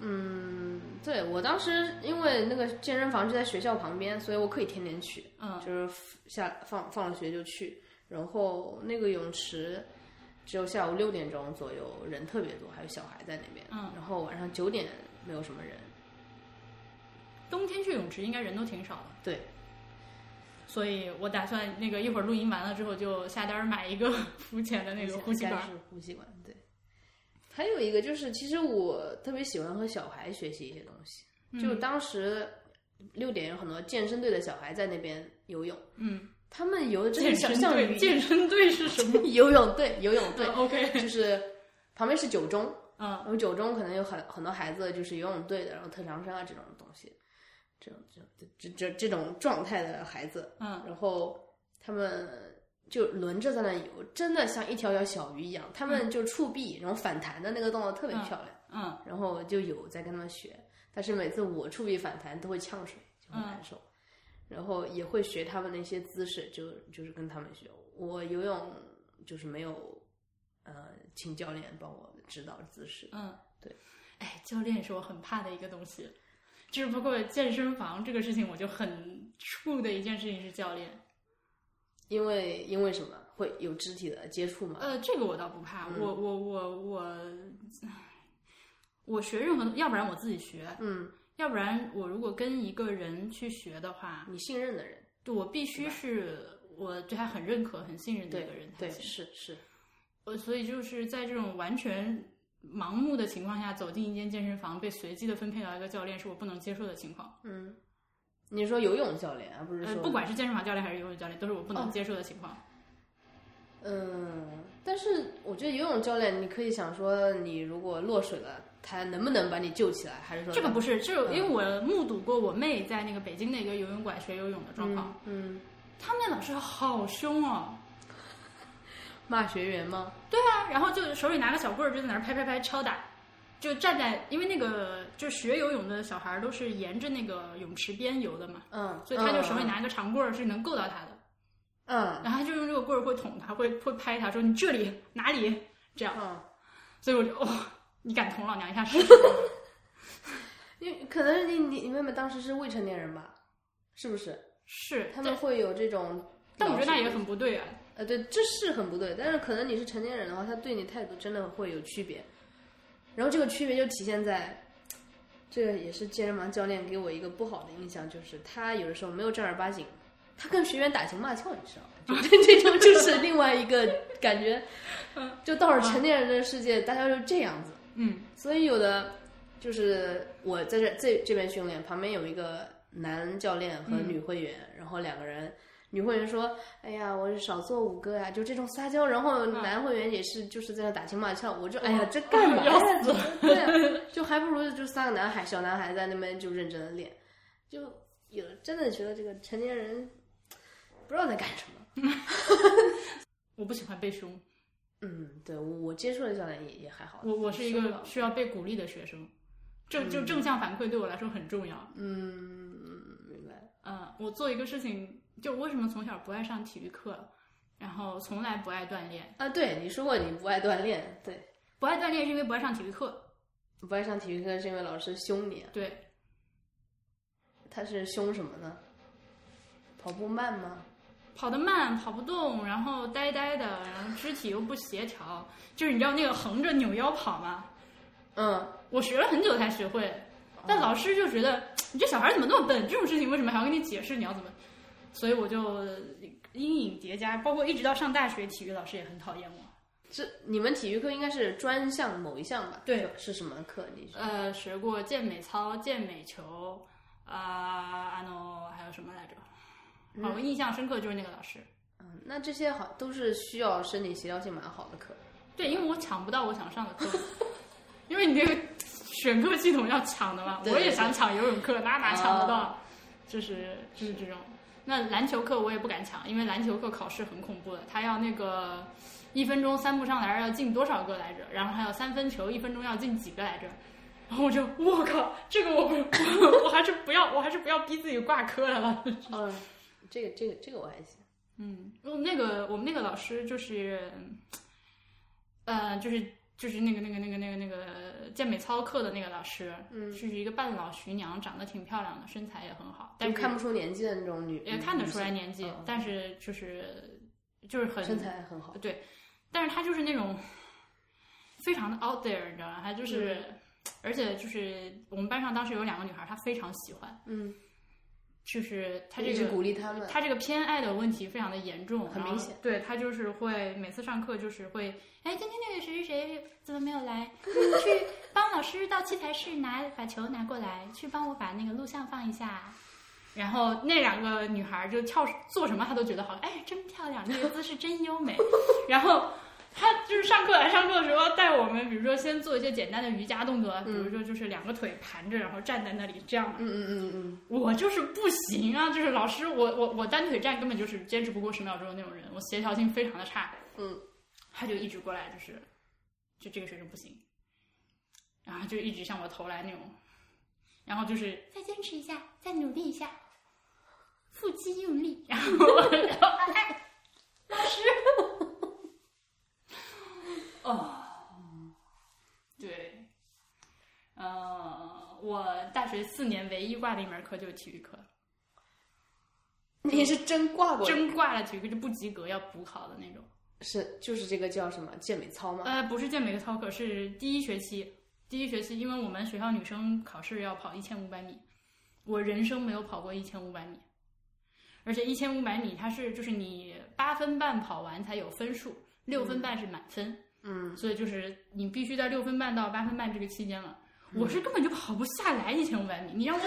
嗯，对我当时因为那个健身房就在学校旁边，所以我可以天天去，嗯就是下放放了学就去，然后那个泳池只有下午六点钟左右人特别多，还有小孩在那边，嗯然后晚上九点没有什么人，冬天去泳池应该人都挺少的，对，所以我打算那个一会儿录音完了之后就下单买一个浮潜的那个呼吸管干。式呼吸管，对。还有一个就是，其实我特别喜欢和小孩学习一些东西，嗯就当时六点有很多健身队的小孩在那边游泳，嗯，他们游的真的健像身像队，鱼健身队是什么？ 游泳队，游泳队，OK，就是旁边是九中， 嗯然后九中可能有很很多孩子就是游泳队的，然后特长生啊这种东西。这种这种这这这种状态的孩子，嗯，然后他们就轮着在那游，真的像一条条小鱼一样，他们就触壁，然后反弹的那个动作特别漂亮，嗯，然后就有在跟他们学，但是每次我触壁反弹都会呛水，就嗯很难受，然后也会学他们那些姿势，就就是跟他们学。我游泳就是没有，呃，请教练帮我指导姿势，嗯，对。哎，教练是我很怕的一个东西，只不过健身房这个事情我就很怵的一件事情是教练。因为因为什么会有肢体的接触嘛？呃，这个我倒不怕，我我我我我学任何，要不然我自己学，嗯，要不然我如果跟一个人去学的话，你信任的人，对我必须是我对他很认可、很信任的一个人才对，行。是是，呃，所以就是在这种完全盲目的情况下走进一间健身房，被随机的分配到一个教练，是我不能接受的情况。嗯，你说游泳教练，而不是呃说，哦不管是健身房教练还是游泳教练，都是我不能接受的情况。嗯，但是我觉得游泳教练，你可以想说，你如果落水了，他能不能把你救起来，还是说这个他不是，这个因为我目睹过我妹在那个北京的一个游泳馆学游泳的状况，嗯他们那老师好凶哦。嗯骂学员吗？对啊，然后就手里拿个小棍儿，就在那儿拍拍拍敲打，就站在，因为那个就学游泳的小孩儿都是沿着那个泳池边游的嘛，嗯，所以他就嗯手里，拿一个长棍儿是能够到他的，嗯然后他就用这个棍儿会捅他，会会拍他说你这里哪里这样，嗯，所以我就哦，你敢捅老娘一下 试试？因为可能是你你你妹妹当时是未成年人吧，是不是？是，他们会有这种，但我觉得那也很不对啊。呃，对，这是很不对。但是可能你是成年人的话，他对你态度真的会有区别。然后这个区别就体现在，这个也是健身房教练给我一个不好的印象，就是他有的时候没有正儿八经，他跟学员打情骂俏，你知道吗？就这种就是另外一个感觉。就到了成年人的世界，大家就这样子。嗯所以有的就是我在这这这边训练，旁边有一个男教练和女会员，然后两个人。女会员说：“哎呀，我少做五个呀、就这种撒娇。”然后男会员也是，就是在那打情骂俏。我就哎呀，这干 嘛呀？这 对呀、就还不如就三个男孩，小男孩在那边就认真的练。就有的真的觉得这个成年人不知道在干什么。我不喜欢被凶，嗯，对我我接触的教练也也还好。我我是一受不了个需要被鼓励的学生，正就正向反馈对我来说很重要。嗯，明白。嗯，我做一个事情，就为什么从小不爱上体育课，然后从来不爱锻炼，啊，对你说过你不爱锻炼，对，不爱锻炼是因为不爱上体育课，不爱上体育课是因为老师凶你、啊，对，他是凶什么呢？跑步慢吗？跑得慢，跑不动，然后呆呆的，然后肢体又不协调，就是你知道那个横着扭腰跑吗？嗯，我学了很久才学会，但老师就觉得你这小孩怎么那么笨，这种事情为什么还要跟你解释你要怎么？所以我就阴影叠加，包括一直到上大学，体育老师也很讨厌我。这你们体育课应该是专项某一项吧？对，是什么课？你呃，学过健美操、健美球，啊、啊 no，还有什么来着？哦，我印象深刻就是那个老师。嗯，那这些好都是需要身体协调性蛮好的课。对，因为我抢不到我想上的课，因为你这个选课系统要抢的嘛，对我也对想对抢游泳课，哪哪抢不哦到，就是就是这种。那篮球课我也不敢抢，因为篮球课考试很恐怖的，他要那个一分钟三步上篮要进多少个来着，然后还有三分球一分钟要进几个来着。然后我就我靠，这个我不， 我还是不要，我还是不要逼自己挂科了吧。嗯，这个这个这个我还行。嗯，我那个我们那个老师就是，呃，就是就是那个那个那个那个那个健美操课的那个老师，嗯，是一个半老徐娘，长得挺漂亮的，身材也很好，但就是看不出年纪的那种女，也看得出来年纪，嗯但是就是就是女很身材很好。对，但是她就是那种非常的 out there，你知道吗？她就是，嗯而且就是我们班上当时有两个女孩，她非常喜欢，嗯，就是她这一直个鼓励他们。他这个偏爱的问题非常的严重，很明显。对他就是会每次上课就是会，哎，今天那个谁谁谁怎么没有 来？嗯去帮老师到器材室拿把球拿过来，去帮我把那个录像放一下。然后那两个 女孩就跳做什么，他都觉得好，哎，真漂亮，这个姿势真优美。然后他就是上课来上课的时候带我们，比如说先做一些简单的瑜伽动作，比如说就是两个腿盘着，然后站在那里这样嘛。嗯嗯嗯嗯，我就是不行啊，就是老师，我我我单腿站根本就是坚持不过十秒钟的那种人，我协调性非常的差。嗯，他就一直过来，就是就这个学生不行，然后就一直向我投来那种，然后就是再坚持一下，再努力一下，腹肌用力，然后我然 后哎，老师，哦，对，呃，我大学四年唯一挂的一门课就是体育课，你是真挂过？真挂了体育课就不及格要补考的那种。是就是这个叫什么健美操吗？呃，不是健美操课，是第一学期。第一学期，因为我们学校女生考试要跑一千五百米，我人生没有跑过一千五百米，而且一千五百米它是就是你八分半跑完才有分数，六分半是满分，嗯，所以就是你必须在六分半到八分半这个期间了。嗯我是根本就跑不下来一千五百米，你让我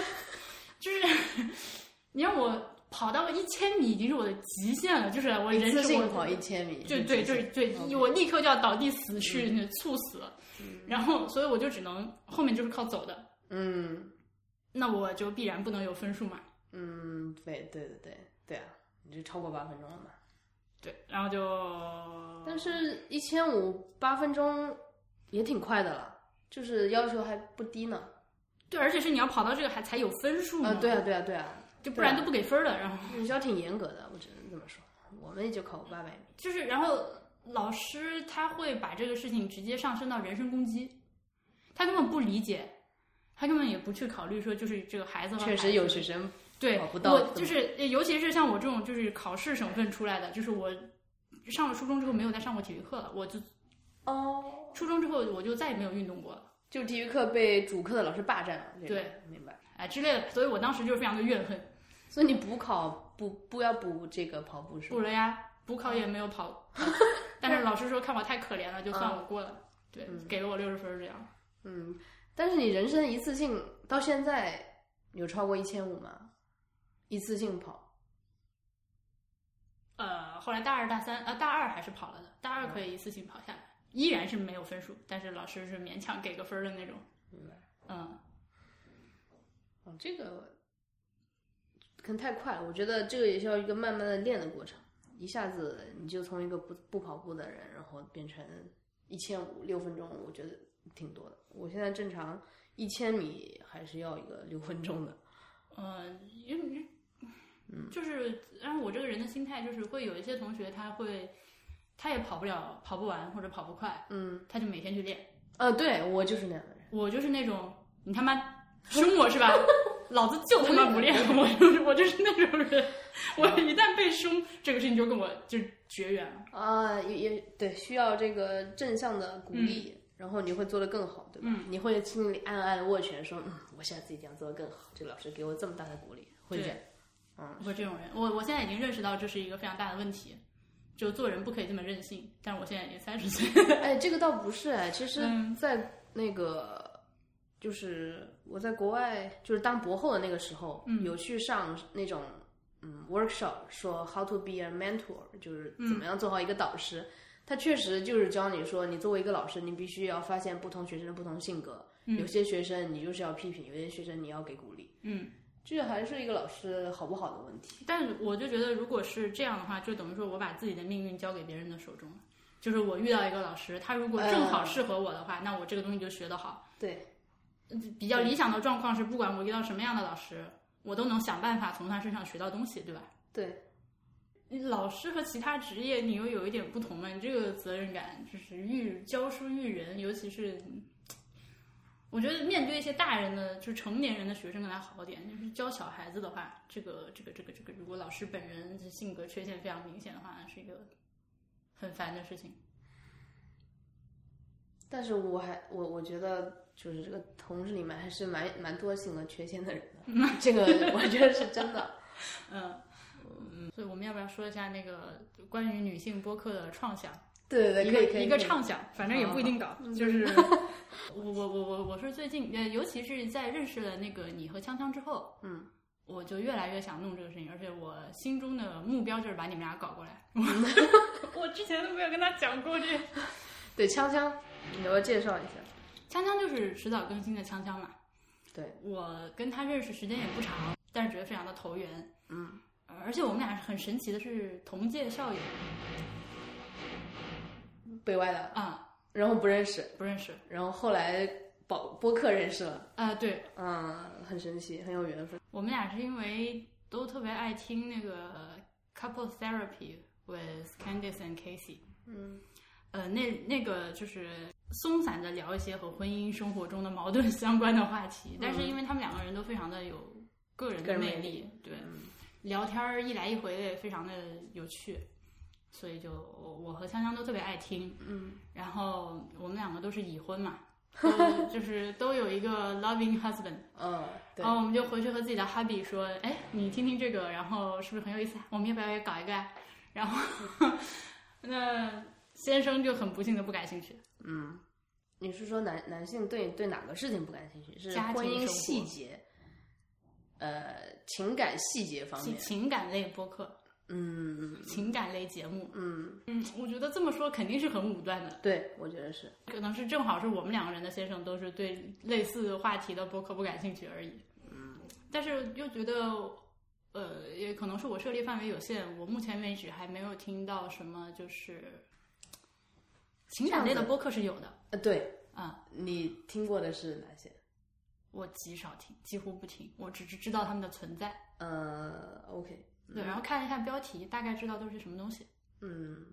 就是 你让我跑到一千米已经是我的极限了，就是我人一次生性我跑一千米，就对对对， OK 嗯我立刻就要倒地死去，那猝死了。然后，所以我就只能后面就是靠走的，嗯那我就必然不能有分数嘛。嗯，对对对对对啊，你这超过八分钟了嘛？对，然后就哦但是，一千五八分钟也挺快的了，就是要求还不低呢。对，而且是你要跑到这个还才有分数嘛，啊，对啊，对啊，对啊，就不然都不给分儿的。然后女校挺严格的，我只能这么说。我们也就考过八百米，就是，然后老师他会把这个事情直接上升到人身攻击，他根本不理解，他根本也不去考虑说就是这个孩子和确孩实有子学生对，跑不到我这就么是，尤其是像我这种就是考试省份出来的，就是我上了初中之后没有再上过体育课了，我就哦，初中之后我就再也没有运动过了，就体育课被主课的老师霸占了。这种对，明白。哎之类的，所以我当时就是非常的怨恨，所以你补考不不要补这个跑步是补吗？了呀，补考也没有跑， 但是老师说看我太可怜了，就算我过了，对，给了我六十分儿这样，嗯，但是你人生一次性到现在有超过一千五吗？一次性跑呃，后来大二大三呃大二还是跑了的，大嗯二可以一次性跑下来，依然是没有分数，但是老师是勉强给个分儿的那种，嗯。哦，这个可能太快了。我觉得这个也需要一个慢慢的练的过程，一下子你就从一个不不跑步的人，然后变成一千五六分钟，我觉得挺多的。我现在正常一千米还是要一个六分钟的。嗯，因为就是，然后我这个人的心态就是会有一些同学他会，他也跑不了、跑不完或者跑不快，嗯，他就每天去练。呃，对我就是那样的人。我就是那种，你他妈凶我是 吧？老子就他妈不练，我就是我就是那种人。我一旦被凶，这个事情就跟我就绝缘了。啊，也也对，需要这个正向的鼓励，然后你会做得更好，对吧？你会心里暗暗握拳说，嗯，我下次一定要做得更好。这个老师给我这么大的鼓励，会这样。嗯啊我是这种人，我我现在已经认识到这是一个非常大的问题，就做人不可以这么任性。但是我现在也三十岁，哎，这个倒不是哎，其实嗯，在那个、就是我在国外就是当博后的那个时候，嗯有去上那种嗯 workshop，说 how to be a mentor，就是嗯怎么样做好一个导师。他确实就是教你说，你作为一个老师，你必须要发现不同学生的不同性格。有些学生你就是要批评，有些学生你要给鼓励。嗯。这还是一个老师好不好的问题。但我就觉得，如果是这样的话，就等于说我把自己的命运交给别人的手中了。就是我遇到一个老师，他如果正好适合我的话，那我这个东西就学得好。嗯嗯对，比较理想的状况是，不管我遇到什么样的老师，我都能想办法从他身上学到东西，对吧？对，老师和其他职业你又有一点不同嘛，你这个责任感就是育教书育人，尤其是我觉得面对一些大人的，就是成年人的学生可能还好一点，就是教小孩子的话，这个这个这个这个，如果老师本人的性格缺陷非常明显的话，是一个很烦的事情。但是我还我我觉得就是这个同事里面还是蛮蛮多性格缺陷的人 的，这个我觉得是真的。嗯嗯，所以我们要不要说一下那个关于女性播客的创想？ 对对一对，可以可个以一个可以畅想，反正也不一定搞。就是 我我我我我是最近呃，尤其是在认识了那个你和锵锵之后，嗯，我就越来越想弄这个事情，而且我心中的目标就是把你们俩搞过 来。我之前都没有跟他讲过这个。对，锵锵，你给我介绍一下。锵锵就是迟早更新的锵锵嘛。对，我跟他认识时间也不长，但是觉得非常的投缘。嗯，而且我们俩很神奇的是同届校友北外的，啊、然后不认识，不认识。然后后来保播客认识了，啊、对嗯，很神奇，很有缘分。我们俩是因为都特别爱听那个 couple therapy with Candice and Casey。嗯，呃，那那个就是松散的聊一些和婚姻生活中的矛盾相关的话题，但是因为他们两个人都非常的有个人的个人魅魅力，对，聊天儿一来一回的也非常的有趣，所以就我我和香香都特别爱听，嗯，然后我们两个都是已婚嘛，都就是都有一个 loving husband，嗯，对然，后我们就回去和自己的 hubby 说，哎，你听听这个，然后是不是很有意思啊？我们要不要也搞一个啊？然后那先生就很不幸的不感兴趣，嗯，你是说男男性对对哪个事情不感兴趣？是家庭婚姻生活细节，呃，情感细节方情面。情感类播客、嗯情感类节目，嗯，嗯，我觉得这么说肯定是很武断的，对，我觉得是。可能是正好是我们两个人的先生都是对类似话题的播客不感兴趣而已。嗯，但是又觉得，呃，也可能是我涉猎范围有限，我目前为止还没有听到什么就是情感类这的样子播客是有的呃，对啊。你听过的是哪些？我极少听，几乎不听，我只是知道他们的存在，呃，OK，对，然后看了一下标题，大概知道都是什么东西。嗯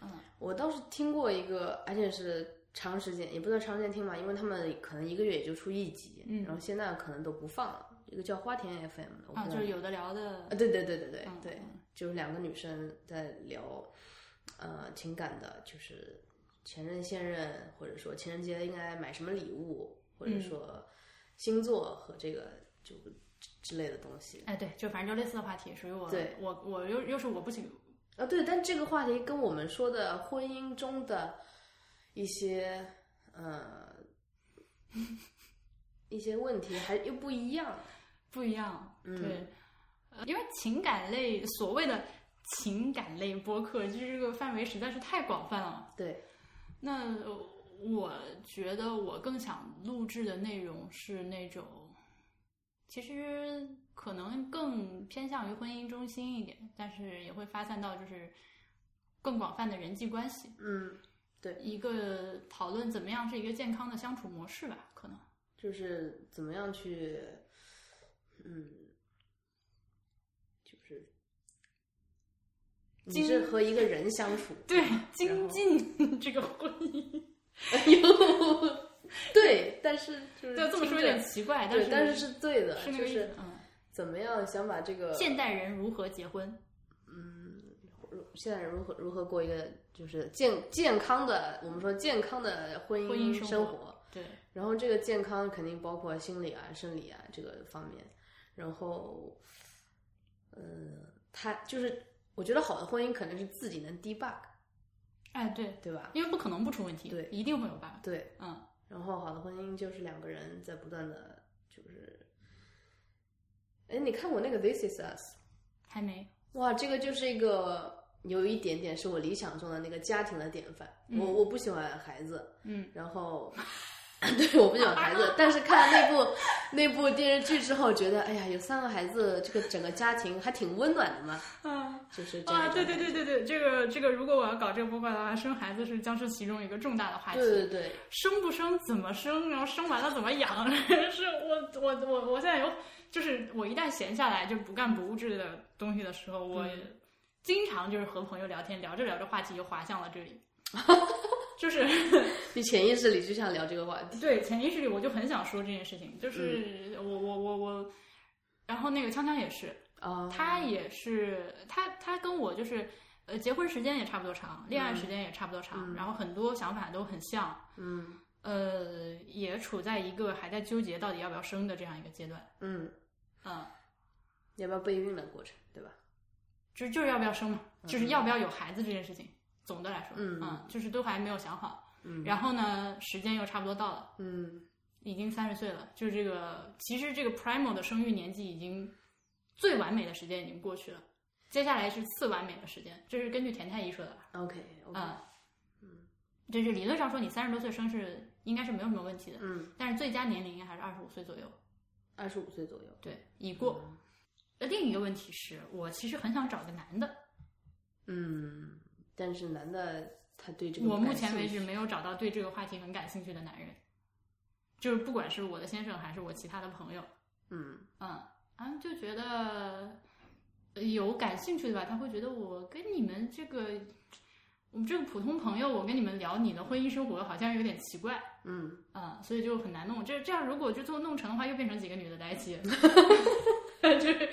嗯，我倒是听过一个，而且是长时间，也不算长时间听嘛，因为他们可能一个月也就出一集，嗯然后现在可能都不放了。一个叫花田 FM 的，我啊，不知就道是有的聊的啊，，对对对对对嗯对，就是两个女生在聊，呃，情感的，就是前任、现任，或者说情人节应该买什么礼物，或者嗯说星座和这个就之之类的东西。哎，对，就反正就类似的话题，属于我，对我我又又是我不喜，啊，对，但这个话题跟我们说的婚姻中的一些呃一些问题还又不一样。不一样，嗯对，呃因为情感类所谓的情感类播客，就是这个范围实在是太广泛了。对，那呃我觉得我更想录制的内容是那种，其实可能更偏向于婚姻中心一点，但是也会发散到就是更广泛的人际关系，嗯，一个讨论怎么样是一个健康的相处模式吧，可能。就是怎么样去，嗯，就是你经是和一个人相处，对，然 精后进 这个婚姻，哎对，但是就是对，这么说有听着点奇怪，但对，是但是是对的，是那就个意是思。嗯，怎么样想把这个现代人如何结婚？现在人如何如何过一个就是健健康的，我们说健康的婚婚姻姻生生活活对，然后这个健康肯定包括心理啊、生理啊这个方面，然后，嗯，他就是我觉得好的婚姻肯定是自己能 debug，哎对，对吧？因为不可能不出问题，对一定会有 bug。对，嗯。然后好的婚姻就是两个人在不断的就是，哎，你看过那个 This Is Us？还没，哇，这个就是一个有一点点是我理想中的那个家庭的典范。嗯我我不喜欢孩子，嗯，然后，对，我不喜欢孩子，但是看了那部那部电视剧之后，觉得哎呀，有三个孩子，这个整个家庭还挺温暖的嘛，嗯，就是这样啊，一种对对对对对，这个这个，如果我要搞这个播客的话，生孩子是将是其中一个重大的话题。对对对，生不生，怎么生，然后生完了怎么养， 是我我我我现在有，就是我一旦闲下来就不干不物质的东西的时候，我经常就是和朋友聊天，聊着聊着话题就滑向了这 里，就是你潜意识里就想聊这个话题，对，潜意识里我就很想说这件事情，就是嗯我我我我，然后那个锵锵也是，啊，他也是，他他跟我就是，呃，结婚时间也差不多长，恋爱时间也差不多长，然后很多想法都很像，嗯呃，也处在一个还在纠结到底要不要生的这样一个阶段，嗯，嗯，要不要备孕的过程，对吧？就就是要不要生嘛，就是要不要有孩子这件事情，总的来说，嗯就是都还没有想好，嗯然后呢，时间又差不多到了，嗯已经三十岁了，就这个其实这个 primal 的生育年纪已经最完美的时间已经过去了，接下来是次完美的时间，这是根据田太医说的吧？ OK OK，啊，嗯，就是理论上说你三十多岁生日应该是没有什么问题的，嗯，但是最佳年龄应该还是二十五岁左右，二十五岁左右，对，已过。嗯那另一个问题是我其实很想找个男的，嗯，但是男的他对这个我不目感前兴为趣止没有找到对这个话题很感兴趣的男人，就是不管是我的先生还是我其他的朋友，嗯嗯，啊，就觉得呃有感兴趣的吧，他会觉得我跟你们这个，我们这个普通朋友，我跟你们聊你的婚姻生活好像有点奇怪，嗯，啊、所以就很难弄。这这样如果就做弄成的话，又变成几个女的在一起， 就是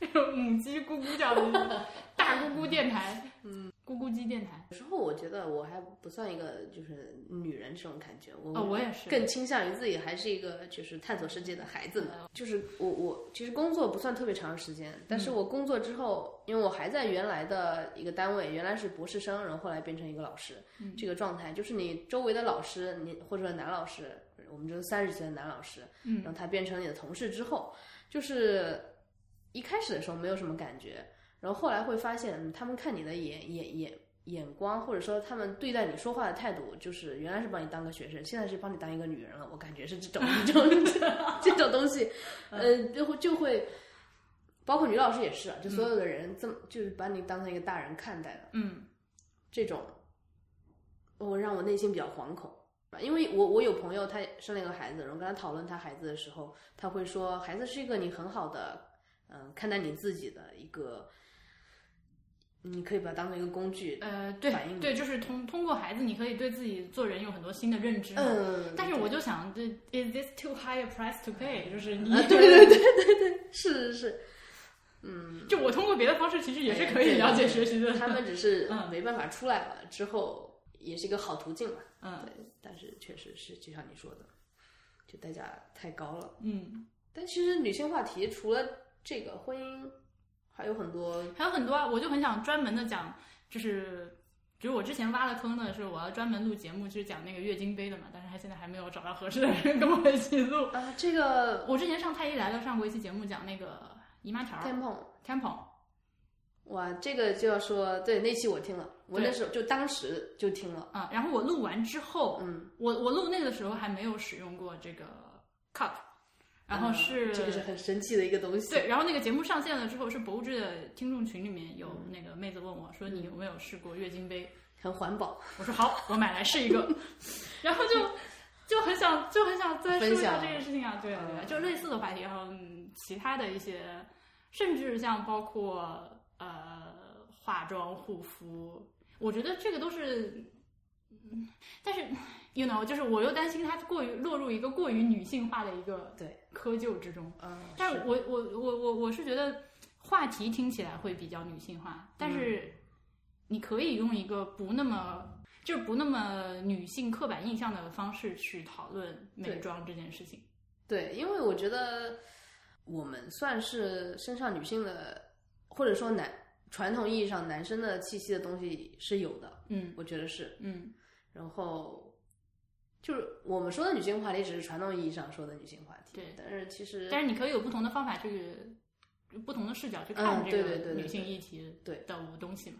那种母鸡咕咕叫的大咕咕电台，嗯，咕咕鸡电台。有时候我觉得我还不算一个就是女人这种感觉，我哦，我也是，更倾向于自己还是一个就是探索世界的孩子们。嗯就是我我其实工作不算特别长时间，但嗯是我工作之后，因为我还在原来的一个单位，原来是博士生，然后后来变成一个老师，嗯这个状态就是你周围的老师，你或者男老师，我们就是三十岁的男老师，嗯然后他变成你的同事之后，就是一开始的时候没有什么感觉，然后后来会发现嗯他们看你的眼眼眼眼光，或者说他们对待你说话的态度，就是原来是把你当个学生，现在是把你当一个女人了。我感觉是这种这种 这种东西，呃，就会就会，包括女老师也是啊，就所有的人这么、就是把你当成一个大人看待了，嗯这种，我让我内心比较惶恐。因为我我有朋友，他生了一个孩子，然后跟他讨论他孩子的时候，他会说，孩子是一个你很好的，嗯，看待你自己的一个，你可以把它当做一个工具，呃，对反应对，就是通通过孩子，你可以对自己做人有很多新的认知嘛。嗯，但是我就想，这 is this too high a price to pay？就是你，啊对 对对对对，是是是，嗯就我通过别的方式，其实也是可以哎呀了解学习的。他们只 是嗯没办法出来了，之后也是一个好途径嘛。嗯对，但是确实是就像你说的，就代价太高了。嗯，但其实女性话题除了这个婚姻，还有很多还有很多啊，我就很想专门的讲，就是。就是我之前挖了坑的是，我要专门录节目，就是讲那个月经杯的嘛，但是还现在还没有找到合适的人跟我一起录。 啊，这个我之前上太医来了上过一期节目，讲那个姨妈条儿 tampon， tampon，哇，这个就要说对那期我听了，我对那时候就当时就听了，啊、然后我录完之后，嗯，我我录那个的时候还没有使用过这个 cup，然后嗯是、这个是很神奇的一个东西，对，然后那个节目上线了之后，是博物志的听众群里面有那个妹子问我说：“嗯你有没有试过月经杯很环保，？”我说：“好，我买来试一个。” 然后就就很想就很想再说一下分享嗯这件事情啊，对对，对就类似的话题，然后嗯其他的一些，甚至像包括呃化妆、护肤，我觉得这个都是。嗯，但是，you know，就是我又担心它过于落入一个过于女性化的一个对窠臼之中。嗯，但是我我我我我是觉得话题听起来会比较女性化，嗯但是你可以用一个不那么就是不那么女性刻板印象的方式去讨论美对妆这件事情。对，因为我觉得我们算是身上女性的，或者说男传统意义上男生的气息的东西是有的，嗯我觉得是。嗯然后就是我们说的女性话题，只是传统意义上说的女性话题，对但是其实但是你可以有不同的方法去。不同的视角去嗯看这对对个对对女性议题对的东西嘛，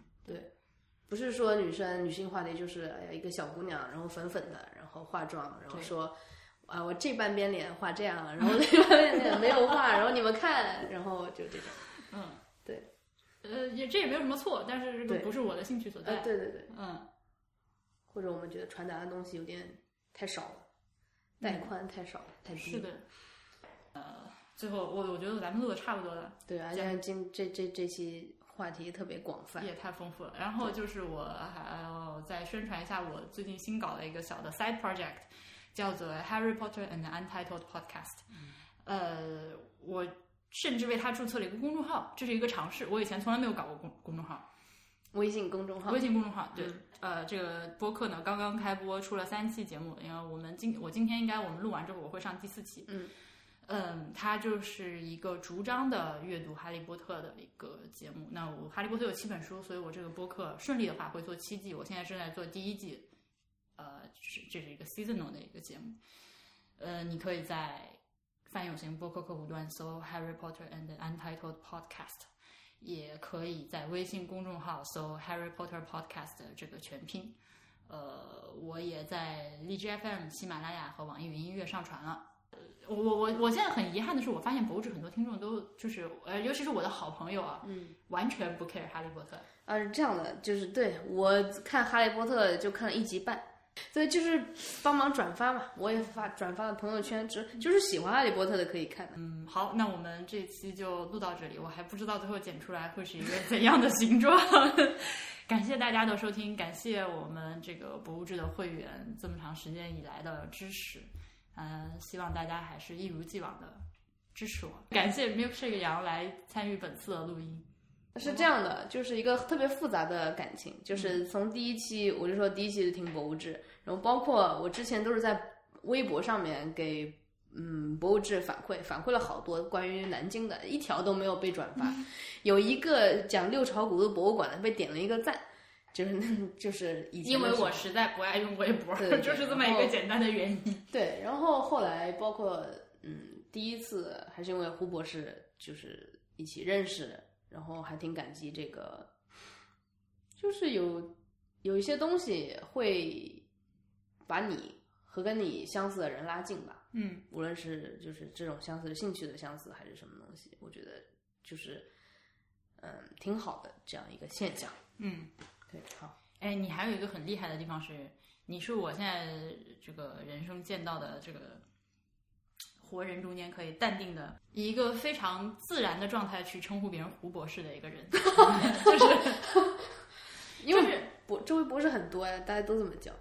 不是说女生女性话题就是哎呀一个小姑娘，然后粉粉的，然后化妆，然后对说啊我这半边脸画这样了，然后那半边脸没有画，然后你们看，然后就这种，嗯，对，呃，也这也没有什么错，但是这个对不是我的兴趣所呃在，对对对，嗯，或者我们觉得传达的东西有点太少了，带嗯宽太少了，太低是了，的，呃，最后我我觉得咱们录的差不多了，对，而且今这这这期话题特别广泛，也太丰富了。然后就是我还要再宣传一下我最近新搞的一个小的 side project，叫做《Harry Potter and the Untitled Podcast》。呃，我甚至为它注册了一个公众号，这是一个尝试，我以前从来没有搞过公公众号。微信公众号嗯微，信公众号对，呃，这个播客呢刚刚开播，出了三期节目，然后我们今我今天应该我们录完之后我会上第四期，嗯嗯，它就是一个逐章的阅读《哈利波特》的一个节目。那我《哈利波特》有七本书，所以我这个播客顺利的话会做七季，我现在正在做第一季，呃，就是这是一个 seasonal 的一个节目，呃，你可以在泛用型播客客户端搜 Harry Potter and the Untitled Podcast，也可以在微信公众号搜 Harry Potter Podcast 的这个全拼。呃，我也在荔枝 FM、喜马拉雅和网易云音乐上传了。呃我我我我现在很遗憾的是，我发现博主很多听众都就是呃，尤其是我的好朋友啊，嗯，完全不 care 哈利波特。啊，是这样的，就是对我看《哈利波特》就看了一集半，所以就是帮忙转发嘛，我也发转发了朋友圈，只就是喜欢《哈利波特》的可以看的。嗯，好，那我们这期就录到这里，我还不知道最后剪出来会是一个怎样的形状。感谢大家的收听，感谢我们这个博物志的会员这么长时间以来的支持，嗯、希望大家还是一如既往的支持我。感谢 Milkshake 杨来参与本次的录音。是这样的，就是一个特别复杂的感情，就是从第一期我就说第一期就听博物志，然后包括我之前都是在微博上面给嗯博物志反馈，反馈了好多关于南京的，一条都没有被转发， 有一个讲六朝古都博物馆的被点了一个赞，就是 那就是以前因的为时候我实在不爱用微博， 对对对就是这么一个简单的原因。对，然后后来包括嗯，第一次还是因为胡博士就是一起认识，然后还挺感激这个，就是有有一些东西会把你和跟你相似的人拉近吧，嗯，无论是就是这种相似兴趣的相似还是什么东西，我觉得就是嗯挺好的这样一个现象。嗯，对，好，哎，你还有一个很厉害的地方是，你是我现在这个人生见到的这个活人中间可以淡定的以一个非常自然的状态去称呼别人胡博士的一个人， 就是 因为就是博周围博士很多呀，大家都这么叫。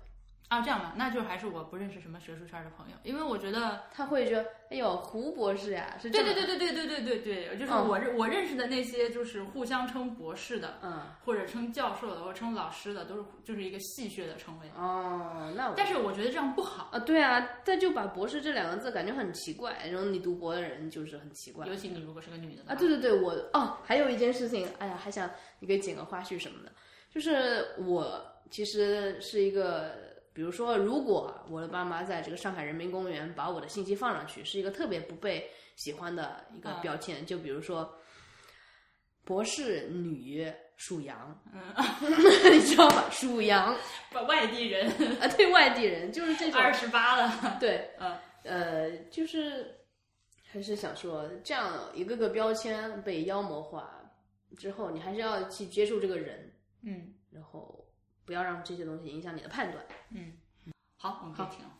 啊这样吧，那就还是我不认识什么学术圈的朋友，因为我觉得他会说：“哎呦，胡博士呀，是这对样对的对对对对对对对，就是嗯我认、我认识的那些就是互相称博士的，嗯或者称教授的，或者称老师的，都是就是一个戏谑的称谓。哦，那我但是我觉得这样不好，啊，对啊，但就把博士这两个字感觉很奇怪，然后你读博的人就是很奇怪尤其你如果是个女的的话啊。对对对，我哦，还有一件事情，哎呀，还想你可以剪个花絮什么的，就是我其实是一个，比如说，如果我的爸妈在这个上海人民公园把我的信息放上去，是一个特别不被喜欢的一个嗯标签，就比如说博士女属羊，嗯， 你知道吧？属羊把外地人啊，对外地人就是这种二十八了，对，嗯呃，就是还是想说，这样一个个标签被妖魔化之后，你还是要去接触这个人，嗯然后不要让这些东西影响你的判断。嗯，好，我们可以停了。